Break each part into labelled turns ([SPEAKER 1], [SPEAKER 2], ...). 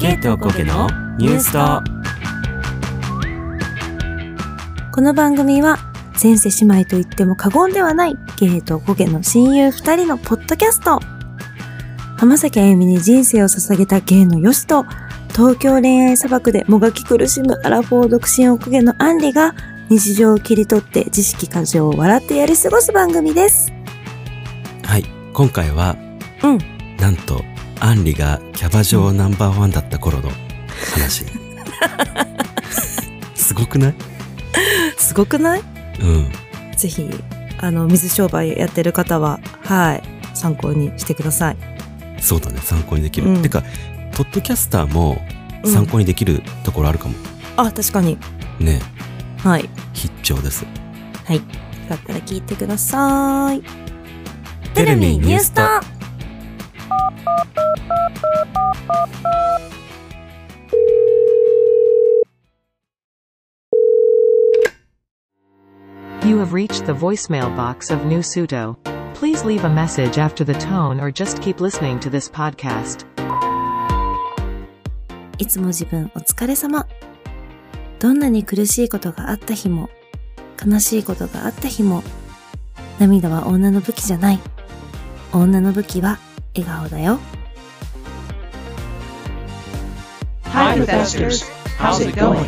[SPEAKER 1] ケイトコケのニュースと
[SPEAKER 2] この番組は前世姉妹と言っても過言ではないゲイとゴゲの親友二人のポッドキャスト浜崎あゆみに人生を捧げたゲイのヨシと東京恋愛砂漠でもがき苦しむアラフォー独身おこげのアンリが日常を切り取って知識過剰を笑ってやり過ごす番組です
[SPEAKER 1] はい今回は
[SPEAKER 2] うん
[SPEAKER 1] なんとアンリがキャバ嬢ナンバーワンだった頃の 話すごくない
[SPEAKER 2] すごくない
[SPEAKER 1] うん
[SPEAKER 2] ぜひあの水商売やってる方ははい参考にしてください
[SPEAKER 1] そうだね参考にできる、
[SPEAKER 2] うん
[SPEAKER 1] てかポッドキャスターも
[SPEAKER 2] うん
[SPEAKER 1] 参考にできるところあるかも、
[SPEAKER 2] あ確かに
[SPEAKER 1] ね
[SPEAKER 2] はい
[SPEAKER 1] 必聴です
[SPEAKER 2] よかったら聞いてください。
[SPEAKER 1] テレビニュースタ
[SPEAKER 3] You have reached the voicemail box of New Suto. Please leave a message after the tone or just keep listening to this podcast.
[SPEAKER 2] いつも自分お疲れ様。どんなに苦しいことがあった日も、悲しいことがあった日も、涙は女の武器じゃない。女の武器は笑顔だよ。
[SPEAKER 4] Hi, investors. How's it going?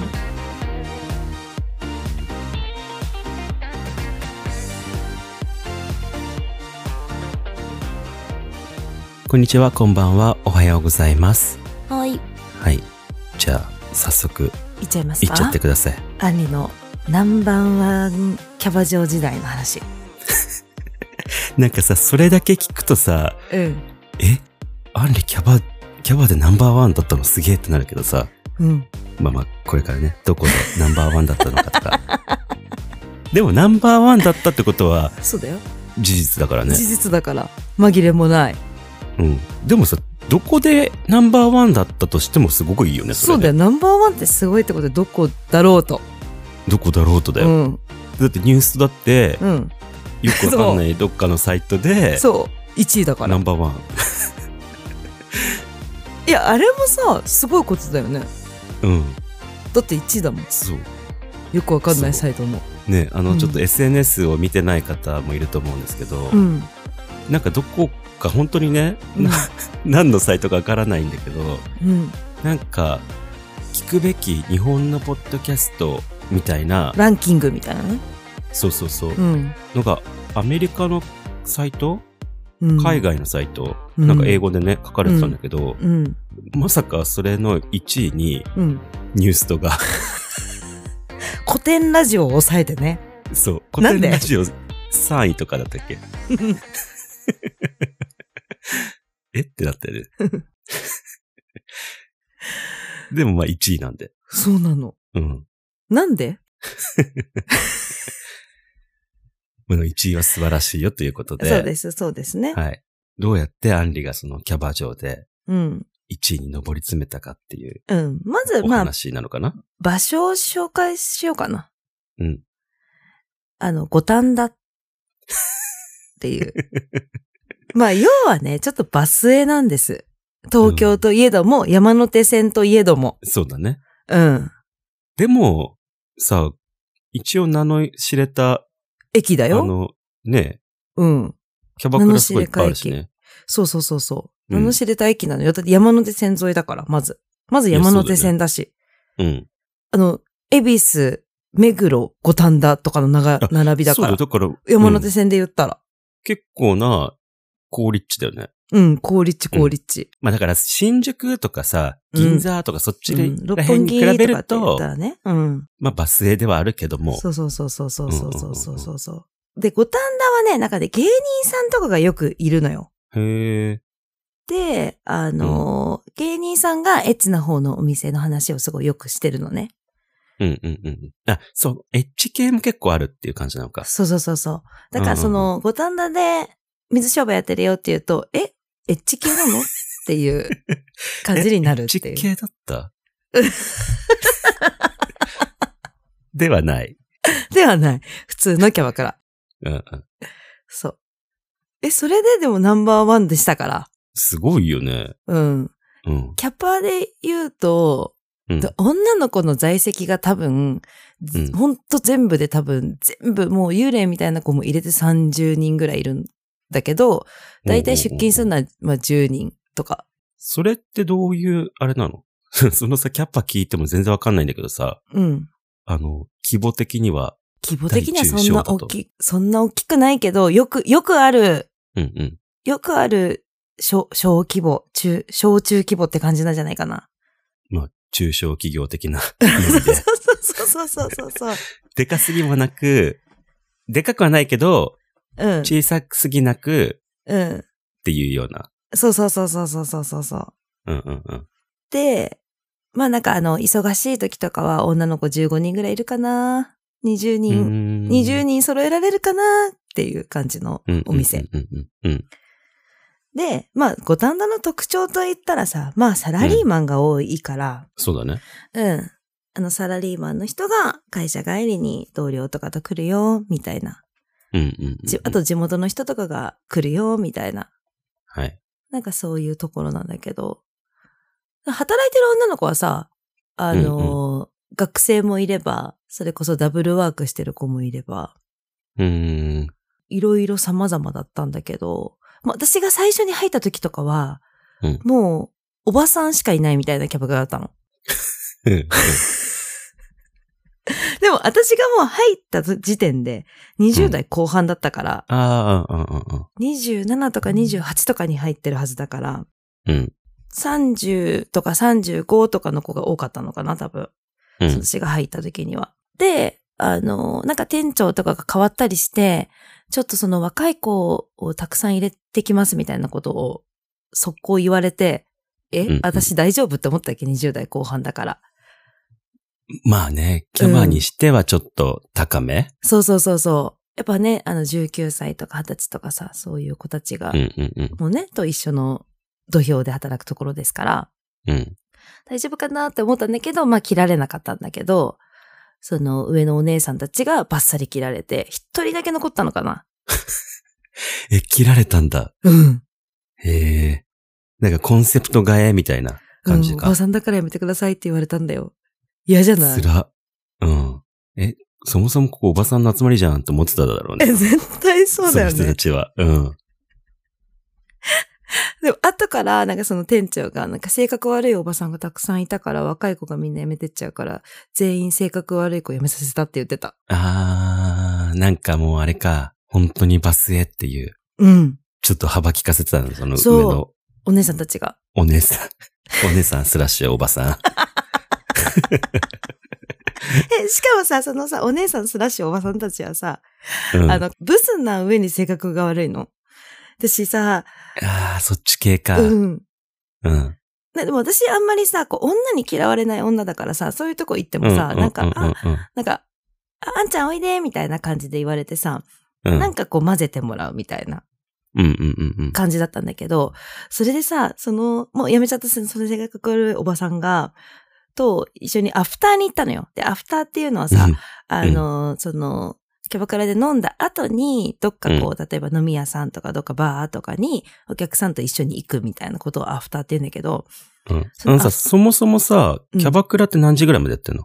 [SPEAKER 1] こんにちはこんばんはおはようございます
[SPEAKER 2] はい。
[SPEAKER 1] はいじゃあ早速
[SPEAKER 2] いっちゃいます
[SPEAKER 1] いっ
[SPEAKER 2] か
[SPEAKER 1] ちゃってください
[SPEAKER 2] 兄のナンバーワンキャバ嬢時代の話。
[SPEAKER 1] なんかさそれだけ聞くとさ
[SPEAKER 2] うん。
[SPEAKER 1] えアンリキャバキャバでナンバーワンだったのすげえってなるけどさ
[SPEAKER 2] うん。
[SPEAKER 1] まあまあこれからねどこでナンバーワンだったのかと かでもナンバーワンだったってことは
[SPEAKER 2] そうだよ。
[SPEAKER 1] 事実だからね、
[SPEAKER 2] 実だから、紛れもない。
[SPEAKER 1] うん、でもさどこでナンバーワンだったとしてもすごくいいよねそれね
[SPEAKER 2] よ。ナンバーワンってすごいってことで、どこだろうと。
[SPEAKER 1] どこだろうとだよ、
[SPEAKER 2] ん。
[SPEAKER 1] だってニュースだって
[SPEAKER 2] うん。
[SPEAKER 1] よくわかんないどっかのサイトで
[SPEAKER 2] そう1位だか
[SPEAKER 1] ナンバーワン
[SPEAKER 2] いやあれもさすごいことだよね
[SPEAKER 1] うん
[SPEAKER 2] だって1位だもん
[SPEAKER 1] そう
[SPEAKER 2] よくわかんない
[SPEAKER 1] そ
[SPEAKER 2] サイトも
[SPEAKER 1] ねあの、
[SPEAKER 2] うん
[SPEAKER 1] ちょっと SNS を見てない方もいると思うんですけど、
[SPEAKER 2] うん
[SPEAKER 1] なんかどこか本当にね、
[SPEAKER 2] うん
[SPEAKER 1] な 何のサイトかわからないんだけど
[SPEAKER 2] うん
[SPEAKER 1] なんか聞くべき日本のポッドキャストみたいな
[SPEAKER 2] ランキングみたいなね
[SPEAKER 1] そうそうそう、
[SPEAKER 2] うん、
[SPEAKER 1] のがアメリカのサイト
[SPEAKER 2] うん、
[SPEAKER 1] 海外のサイト、
[SPEAKER 2] うん
[SPEAKER 1] なんか英語でね書かれてたんだけど、
[SPEAKER 2] うん
[SPEAKER 1] まさかそれの1位に
[SPEAKER 2] うん
[SPEAKER 1] ニュースとが
[SPEAKER 2] 古典ラジオを抑えてね
[SPEAKER 1] そう古
[SPEAKER 2] なん
[SPEAKER 1] 典
[SPEAKER 2] で
[SPEAKER 1] ラジオ3位とかだったっ けえってなってるでもまあ1位なんで
[SPEAKER 2] そうなの
[SPEAKER 1] うん
[SPEAKER 2] なんで
[SPEAKER 1] この1位は素晴らしいよということで。
[SPEAKER 2] そうですそうですね、
[SPEAKER 1] はい。どうやってアンリがそのキャバ嬢で
[SPEAKER 2] うん
[SPEAKER 1] 1位に上り詰めたかっていう
[SPEAKER 2] うんまず
[SPEAKER 1] お
[SPEAKER 2] まあ
[SPEAKER 1] 話なのかな、
[SPEAKER 2] 場所を紹介しようかな
[SPEAKER 1] うん
[SPEAKER 2] あの五反田っていう まあ要はねちょっとバスへなんです東京といえども、山手線といえども
[SPEAKER 1] そうだね。
[SPEAKER 2] うん。
[SPEAKER 1] でも、さ、一応名の知れた、
[SPEAKER 2] 駅だ
[SPEAKER 1] あ
[SPEAKER 2] よ。
[SPEAKER 1] の、ね、
[SPEAKER 2] うん。
[SPEAKER 1] キャバクラすごいいっぱいあるし
[SPEAKER 2] 名
[SPEAKER 1] ね。
[SPEAKER 2] そうそうそうそう。
[SPEAKER 1] う
[SPEAKER 2] 名
[SPEAKER 1] ん
[SPEAKER 2] の知れた駅なのよ。だって山手線沿いだから、まず。まず山手線だし。
[SPEAKER 1] うん。
[SPEAKER 2] あの、恵比寿、目黒、五反田とかの長
[SPEAKER 1] あ
[SPEAKER 2] 並びだから。
[SPEAKER 1] そうだ、だから、
[SPEAKER 2] 山手
[SPEAKER 1] うん
[SPEAKER 2] 線で言ったら。
[SPEAKER 1] 結構な、高立地だよね。
[SPEAKER 2] うん、高立地、高立地。
[SPEAKER 1] まあだから、新宿とかさ、
[SPEAKER 2] うん
[SPEAKER 1] 銀座とかそっ
[SPEAKER 2] う
[SPEAKER 1] ち
[SPEAKER 2] ん
[SPEAKER 1] ら
[SPEAKER 2] 六
[SPEAKER 1] 辺
[SPEAKER 2] 本木
[SPEAKER 1] に比
[SPEAKER 2] とかって
[SPEAKER 1] べ
[SPEAKER 2] 言っ
[SPEAKER 1] ると、
[SPEAKER 2] たらね。うん。
[SPEAKER 1] まあバスへではあるけども、
[SPEAKER 2] そうそうそうそうそうそうそうそうそうそう。で、五反田はね、なんかね、芸人さんとかがよくいるのよ。
[SPEAKER 1] へえ、
[SPEAKER 2] で、あのー芸人さんがエッチな方のお店の話をすごいよくしてるのね。
[SPEAKER 1] うんうんうんうん。あ、そう、エッジ系も結構あるっていう感じなのか。
[SPEAKER 2] そうそうそうそう。だから
[SPEAKER 1] うんうんうん
[SPEAKER 2] その、五反田で水商売やってるよって言うと、えエッチ系なのって いう感じになるって
[SPEAKER 1] エッ
[SPEAKER 2] い
[SPEAKER 1] ジ
[SPEAKER 2] う。
[SPEAKER 1] 系だった ではない。
[SPEAKER 2] ではない。普通のキャバクラ。
[SPEAKER 1] うんうん。
[SPEAKER 2] そう。え、それででもナンバーワンでしたから。
[SPEAKER 1] すごいよね。
[SPEAKER 2] うん。
[SPEAKER 1] うん。
[SPEAKER 2] キャパで言うと、
[SPEAKER 1] うん
[SPEAKER 2] で女の子の在籍が多分、
[SPEAKER 1] うん
[SPEAKER 2] ほんと全部で多分、全部もう幽霊みたいな子も入れて30人ぐらいいるんだけど、だいたい出勤する
[SPEAKER 1] な。
[SPEAKER 2] のは、まあ、10人とか。
[SPEAKER 1] それってどういう、あれなの そのさ、キャッパ聞いても全然わかんないんだけどさ、
[SPEAKER 2] うん。
[SPEAKER 1] あの、規模的には、
[SPEAKER 2] 規模的には
[SPEAKER 1] 大中
[SPEAKER 2] そんな
[SPEAKER 1] 小だ
[SPEAKER 2] 大
[SPEAKER 1] と
[SPEAKER 2] きい、そんな大きくないけど、よく、よくある、
[SPEAKER 1] うんうん。
[SPEAKER 2] よくある小、小規模、中、小中規模って感じなんじゃないかな。
[SPEAKER 1] まあ、中小企 業的な
[SPEAKER 2] そ
[SPEAKER 1] ノ
[SPEAKER 2] う
[SPEAKER 1] リで。
[SPEAKER 2] そうそうそうそう。
[SPEAKER 1] でかすぎもなく、でかくはないけど、
[SPEAKER 2] うん。
[SPEAKER 1] 小さすぎなく、
[SPEAKER 2] うん。
[SPEAKER 1] っていうような。
[SPEAKER 2] そうそうそうそうそうそうそうそう。
[SPEAKER 1] うんうんうん。
[SPEAKER 2] で、まあなんかあの、忙しい時とかは女の子15人ぐらいいるかな ?20 人、20
[SPEAKER 1] 20
[SPEAKER 2] 人揃えられるかなっていう感じのお店。。
[SPEAKER 1] うんうんうんうん。
[SPEAKER 2] で、まあ、五反田の特徴といったらさ、まあ、サラリーマンが多いから、
[SPEAKER 1] そうだね。
[SPEAKER 2] うん。あの、サラリーマンの人が会社帰りに同僚とかと来るよ、みたいな。
[SPEAKER 1] うんうんうんうん。
[SPEAKER 2] じあと、地元の人とかが来るよ、みたいな。
[SPEAKER 1] はい。
[SPEAKER 2] なんかそういうところなんだけど、働いてる女の子はさ、あのー、学生もいれば、それこそダブルワークしてる子もいれば、
[SPEAKER 1] うーん。
[SPEAKER 2] いろいろ様々だったんだけど、まあ私が最初に入った時とかは、
[SPEAKER 1] うん
[SPEAKER 2] もう、おばさんしかいないみたいなキャバクラだったの。
[SPEAKER 1] うんうん
[SPEAKER 2] でも私がもう入った時点で、20代後半だったから、
[SPEAKER 1] ああ、うんうん
[SPEAKER 2] 27とか28とかに入ってるはずだから、
[SPEAKER 1] うん。うん
[SPEAKER 2] 30とか35とかの子が多かったのかな、多分。
[SPEAKER 1] うん。
[SPEAKER 2] 私が入った時には。で、あの、なんか店長とかが変わったりして、ちょっとその若い子をたくさん入れてきますみたいなことを速攻言われて、え、
[SPEAKER 1] うんうん
[SPEAKER 2] 私大丈夫って思ったっけ ?20 代後半だから。
[SPEAKER 1] まあね、キャバにしてはちょっと高め。
[SPEAKER 2] そうそうそうそう。やっぱね、あの19歳とか20歳とかさ、そういう子たちが、
[SPEAKER 1] うんうんうん。
[SPEAKER 2] もうね、と一緒の土俵で働くところですから、
[SPEAKER 1] うん。
[SPEAKER 2] 大丈夫かなって思ったんだけど、まあ切られなかったんだけど、その上のお姉さんたちがバッサリ切られて、一人だけ残ったのかな
[SPEAKER 1] え、切られたんだ。
[SPEAKER 2] うん。
[SPEAKER 1] へえ。なんかコンセプト替えみたいな感じ
[SPEAKER 2] お
[SPEAKER 1] か
[SPEAKER 2] ば。さんだからやめてくださいって言われたんだよ。嫌じゃな
[SPEAKER 1] つ
[SPEAKER 2] い
[SPEAKER 1] ら。うん。え、そもそもここおばさんの集まりじゃんって思ってただろう
[SPEAKER 2] え、
[SPEAKER 1] ね。
[SPEAKER 2] 絶対そうだよ
[SPEAKER 1] その人
[SPEAKER 2] ね
[SPEAKER 1] た。ちは。うん。
[SPEAKER 2] でも、後から、なんかその店長が、なんか性格悪いおばさんがたくさんいたから、若い子がみんな辞めてっちゃうから、全員性格悪い子辞めさせたって言ってた。
[SPEAKER 1] あー、なんかもうあれか。本当にバスへっていう。
[SPEAKER 2] うん。
[SPEAKER 1] ちょっと幅利かせてたの、その
[SPEAKER 2] そう
[SPEAKER 1] 上の
[SPEAKER 2] お姉さんたちが。
[SPEAKER 1] お姉さん。お姉さんスラッシュおばさん。
[SPEAKER 2] え、しかもさ、そのさ、お姉さんスラッシュおばさんたちはさ、
[SPEAKER 1] うん、
[SPEAKER 2] あの、ブスな上に性格が悪いの。私さ、
[SPEAKER 1] ああ、そっち系か。う。
[SPEAKER 2] うんん。ねでも私あんまりさ、こう、女に嫌われない女だからさ、そういうとこ行ってもさ、なんか、あ、なんか、ああんちゃんおいで、みたいな感じで言われてさ、
[SPEAKER 1] うん、
[SPEAKER 2] なんかこう混ぜてもらうみたいな
[SPEAKER 1] うんうんうんうん。
[SPEAKER 2] 感じだったんだけど、それでさ、その、もうやめちゃったその性格がるおばさんが、と一緒にアフターに行ったのよ。で、アフターっていうのはさ、あの、その、キャバクラで飲んだ後に、どっかこう、例えば飲み屋さんとか、どっかバーとかに、お客さんと一緒に行くみたいなことをアフターって言うんだけど、
[SPEAKER 1] うん、うん。
[SPEAKER 2] そ
[SPEAKER 1] あのさ、
[SPEAKER 2] あ
[SPEAKER 1] そもそもさ、
[SPEAKER 2] うん
[SPEAKER 1] キャバクラって何時ぐらいまでやってんの、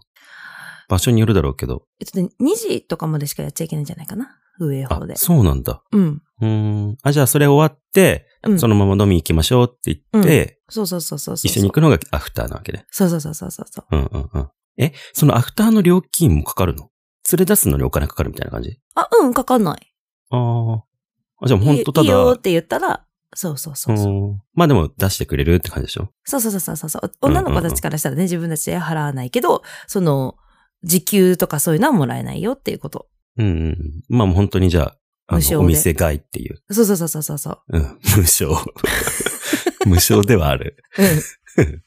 [SPEAKER 1] 場所によるだろうけど。
[SPEAKER 2] えっとね、2時とかまでしかやっちゃいけないんじゃないかな上
[SPEAKER 1] あ
[SPEAKER 2] 方、で。
[SPEAKER 1] そうなんだ。
[SPEAKER 2] うん。
[SPEAKER 1] うーん。あ、じゃあそれ終わって、
[SPEAKER 2] うん。
[SPEAKER 1] そのまま飲み行きましょうって言って、
[SPEAKER 2] そうそうそうそうそう。
[SPEAKER 1] 一緒に行くのがアフターなわけね。
[SPEAKER 2] そうそうそうそうそうそう。
[SPEAKER 1] うんうんうん。え、そのアフターの料金もかかるの連れ出すのにお金かかるみたいな感じ
[SPEAKER 2] あ、うん、かかんない。
[SPEAKER 1] あーあ。じゃあほんとただ、
[SPEAKER 2] いいいよって言ったら、そうそうそうそう。
[SPEAKER 1] うんまあでも出してくれるって感じでしょ
[SPEAKER 2] そうそうそうそうそう。女の子たちからしたらね、自分たちで払わないけど、その、時給とかそういうのはもらえないよっていうこと。
[SPEAKER 1] うんうんうん。まあもう本当にじゃあ、あ
[SPEAKER 2] 無償で
[SPEAKER 1] のお店外っていう。
[SPEAKER 2] そうそうそうそうそうそう。
[SPEAKER 1] うん、 無償。無償ではある。
[SPEAKER 2] うん
[SPEAKER 1] う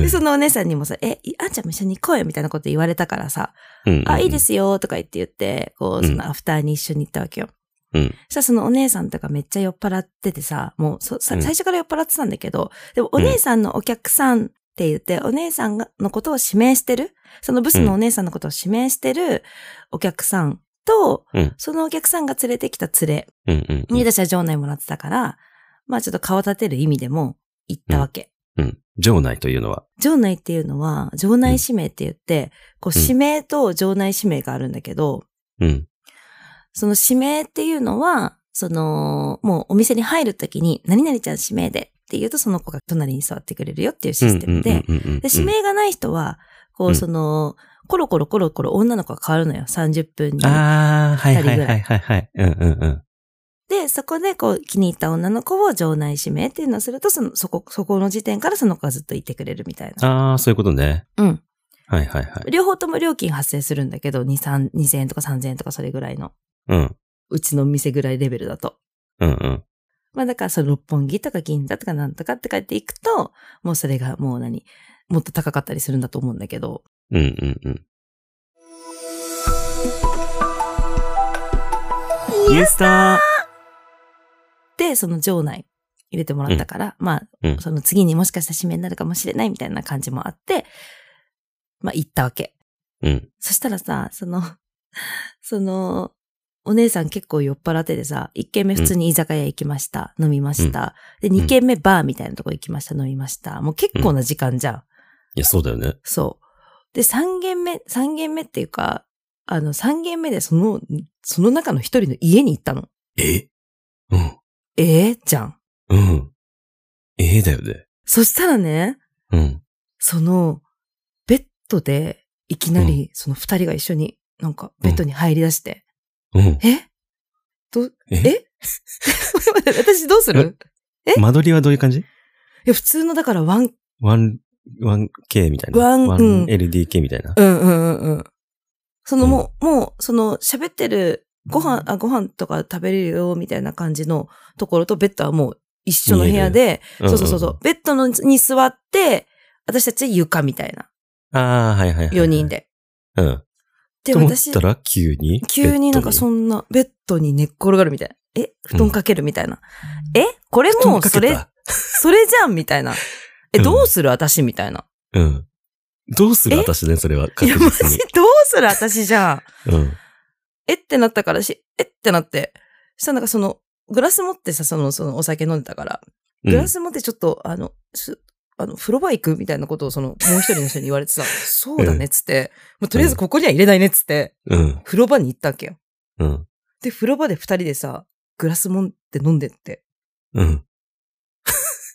[SPEAKER 2] で、
[SPEAKER 1] ん
[SPEAKER 2] そのお姉さんにもさ、え、いあんちゃんも一緒に行こうよみたいなこと言われたからさ、
[SPEAKER 1] うんうん
[SPEAKER 2] あ、いいで。すよとか言って言って、こう、
[SPEAKER 1] うん
[SPEAKER 2] そのアフターに一緒に行ったわけよ。
[SPEAKER 1] うん。
[SPEAKER 2] そしたらそのお姉さんとかめっちゃ酔っ払っててさ、もうそさ
[SPEAKER 1] うん
[SPEAKER 2] 最初から酔っ払ってたんだけど、でもお姉さんのお客さんって言って、お姉さんがのことを指名してる、そのブスのお姉さんのことを指名してるお客さんと、
[SPEAKER 1] うん
[SPEAKER 2] そのお客さんが連れてきた連れ
[SPEAKER 1] うんうんう
[SPEAKER 2] に
[SPEAKER 1] ん。
[SPEAKER 2] 私は場内もらってたから、まあちょっと顔立てる意味でも行ったわけ。
[SPEAKER 1] うん。場内というのは。
[SPEAKER 2] 場内っていうのは、場内指名って言って、こう、
[SPEAKER 1] うん
[SPEAKER 2] 指名と場内指名があるんだけど、
[SPEAKER 1] うん。
[SPEAKER 2] その指名っていうのは、その、もうお店に入るときに、何々ちゃん指名でって言うと、その子が隣に座ってくれるよっていうシステムで、
[SPEAKER 1] うんうんうんうんうん
[SPEAKER 2] で、指名がない人は、こ
[SPEAKER 1] う
[SPEAKER 2] う、
[SPEAKER 1] ん
[SPEAKER 2] その、コロコロコロコロ女の子が変わるのよ、30分に。
[SPEAKER 1] ああ、はい
[SPEAKER 2] 二人
[SPEAKER 1] は
[SPEAKER 2] ぐ
[SPEAKER 1] い
[SPEAKER 2] らい
[SPEAKER 1] はいはいはい。うんうんうん。
[SPEAKER 2] で、そこでこう、気に入った女の子を場内指名っていうのをすると、その、そこ、そこの時点からその子がずっといてくれるみたいな。
[SPEAKER 1] ああ、そういうことね。
[SPEAKER 2] うん。
[SPEAKER 1] はいはいはい。
[SPEAKER 2] 両方とも料金発生するんだけど、2、3、2000円とか3000円とかそれぐらいの。
[SPEAKER 1] うん。
[SPEAKER 2] うちの店ぐらいレベルだと。
[SPEAKER 1] うんうん。
[SPEAKER 2] まあだからその六本木とか銀座とかなんとかって書いていくと、もうそれがもう何、もっと高かったりするんだと思うんだけど。
[SPEAKER 1] うんうんうん。ニュースター
[SPEAKER 2] で、その場内入れてもらったから、まあ、
[SPEAKER 1] うん
[SPEAKER 2] その次にもしかしたら指名になるかもしれないみたいな感じもあって、まあ行ったわけ。
[SPEAKER 1] うん。
[SPEAKER 2] そしたらさ、その、 その、お姉さん結構酔っ払っててさ、1軒目普通に居酒屋行きました。飲みました。で、2軒目バーみたいなとこ行きました。飲みました。もう結構な時間じゃん。
[SPEAKER 1] いや、そうだよね。
[SPEAKER 2] そう。で、3軒目、3軒目っていうか、あの、3軒目でその、その中の一人の家に行ったの。
[SPEAKER 1] えうん。
[SPEAKER 2] ええじゃん。
[SPEAKER 1] うん。ええだよね。
[SPEAKER 2] そしたらね、
[SPEAKER 1] うん。
[SPEAKER 2] その、ベッドで、いきなり、その二人が一緒に、なんか、ベッドに入り出して、
[SPEAKER 1] うん。
[SPEAKER 2] えど、え 私どうする
[SPEAKER 1] 間取りはどういう感じ
[SPEAKER 2] いや、普通のだからワン、
[SPEAKER 1] ワン、ワン K みたいな。
[SPEAKER 2] ワン
[SPEAKER 1] ワ
[SPEAKER 2] うん
[SPEAKER 1] ン LDK みたいな。
[SPEAKER 2] うんうんうんうん。そのもう、もう、その喋ってる、ご飯、あ、ご飯とか食べれるよ、みたいな感じのところとベッドはもう一緒の部屋で、
[SPEAKER 1] ん
[SPEAKER 2] そうそうそうそう、ベッドのに座って、私たち床みたいな、
[SPEAKER 1] うん。ああ、はいはいはい。
[SPEAKER 2] 4人。で。
[SPEAKER 1] うん。
[SPEAKER 2] で、
[SPEAKER 1] と思っ
[SPEAKER 2] 私、
[SPEAKER 1] たら急に。
[SPEAKER 2] 急になんかそ
[SPEAKER 1] ん
[SPEAKER 2] んな、ベッドに寝っ転がるみたいな。え、布団かけるみたいな。え、これもうそれ、それじゃんみたいな。え、
[SPEAKER 1] うん
[SPEAKER 2] どうする私みたいな。
[SPEAKER 1] うん。どうする
[SPEAKER 2] え
[SPEAKER 1] 私ね、それは。
[SPEAKER 2] い
[SPEAKER 1] 確
[SPEAKER 2] や、マ
[SPEAKER 1] 実
[SPEAKER 2] ジ
[SPEAKER 1] に。
[SPEAKER 2] どうする私じゃん。
[SPEAKER 1] うん。
[SPEAKER 2] えってなったからし、えってなって、そしたらなんかその、グラス持ってさ、その、そのお酒飲んでたから、
[SPEAKER 1] うん
[SPEAKER 2] グラス持ってちょっと、あの、すあの、風呂場行くみたいなことをその、もう一人の人に言われ てさ、そうだねっつって、もうとりあえずここには入れないねっつって、
[SPEAKER 1] うん。
[SPEAKER 2] 風呂場に行ったわけよ。
[SPEAKER 1] うん。
[SPEAKER 2] で、風呂場で二人でさ、グラス持って飲んでって、
[SPEAKER 1] うん。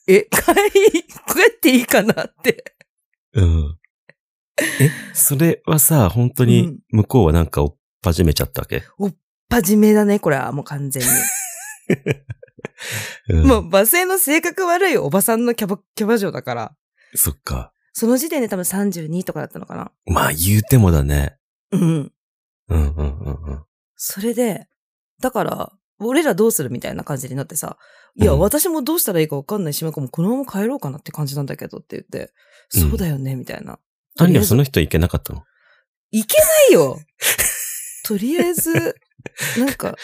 [SPEAKER 2] え、帰り、帰っていいかなって。
[SPEAKER 1] うん。え、それはさ、本当
[SPEAKER 2] う
[SPEAKER 1] に
[SPEAKER 2] ん、
[SPEAKER 1] 向こうはなんか追っ始めちゃったわけ。
[SPEAKER 2] 真面目だね、これは、もう完全に。
[SPEAKER 1] うん。
[SPEAKER 2] もう、馬性の性格悪いおばさんのキャバ、キャバ嬢だから、
[SPEAKER 1] そっか。
[SPEAKER 2] その時点で多分32とかだったのかな。
[SPEAKER 1] まあ言うてもだね。
[SPEAKER 2] うん。
[SPEAKER 1] うんうんうんうん。
[SPEAKER 2] それで、だから、俺らどうするみたいな感じになってさ、いや、
[SPEAKER 1] うん
[SPEAKER 2] 私もどうしたらいいかわかんないし、なんかもうこのまま帰ろうかなって感じなんだけどって言って、
[SPEAKER 1] うん
[SPEAKER 2] そうだよね、みたいな。と
[SPEAKER 1] 何
[SPEAKER 2] りあえ
[SPEAKER 1] が
[SPEAKER 2] ず
[SPEAKER 1] その人いけなかったの
[SPEAKER 2] いけないよとりあえず、なんか、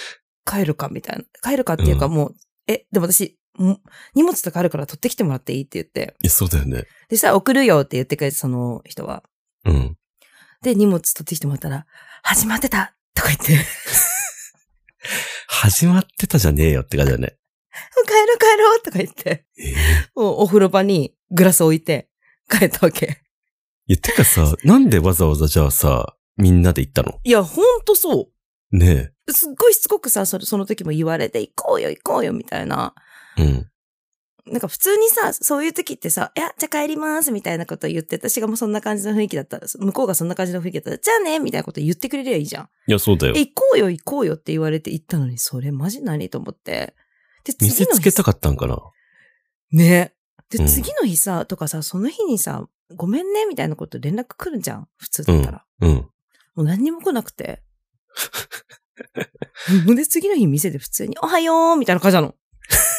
[SPEAKER 2] 帰るか、みたいな。帰るかっていうか
[SPEAKER 1] うん
[SPEAKER 2] もう、え、でも私、ん荷物とかあるから取ってきてもらっていいって言って、
[SPEAKER 1] いや、そうだよね。
[SPEAKER 2] でさ、送るよって言ってくれて、その人は。
[SPEAKER 1] うん。
[SPEAKER 2] で、荷物取ってきてもらったら、始まってたとか言って、もう
[SPEAKER 1] 始まってたじゃねえよって感じだよね。
[SPEAKER 2] 帰ろう帰ろうとか言って。
[SPEAKER 1] えー
[SPEAKER 2] もうお風呂場にグラス置いて帰ったわけ。
[SPEAKER 1] いや、てかさ、なんでわざわざじゃあさ、みんなで行ったの
[SPEAKER 2] いや、ほんとそ
[SPEAKER 1] ね
[SPEAKER 2] う。すっごいしつこくさ、そその時も言われて、行こうよ、行こうよ、みたいな。
[SPEAKER 1] え。うん。
[SPEAKER 2] なんか普通にさ、そういう時ってさ、いや、じゃあ帰ります、みたいなこと言って、私がもうそんな感じの雰囲気だったら、向こうがそんな感じの雰囲気だったら、じゃあね、みたいなこと言ってくれりゃいいじゃん。
[SPEAKER 1] いや、そうだよ
[SPEAKER 2] え、。行こうよ、行こうよって言われて行ったのに、それマジ何と思って。で、
[SPEAKER 1] 見
[SPEAKER 2] 次
[SPEAKER 1] せ
[SPEAKER 2] の
[SPEAKER 1] つ
[SPEAKER 2] 日
[SPEAKER 1] けたかったんかな
[SPEAKER 2] ね。で、
[SPEAKER 1] うん
[SPEAKER 2] 次の日さ、とかさ、その日にさ、ごめんね、みたいなこと連絡来るじゃん。普通だったら。
[SPEAKER 1] うん。
[SPEAKER 2] もう何にも来なくて。ほんで、次の日店で普通に、おはようみたいな感じなの。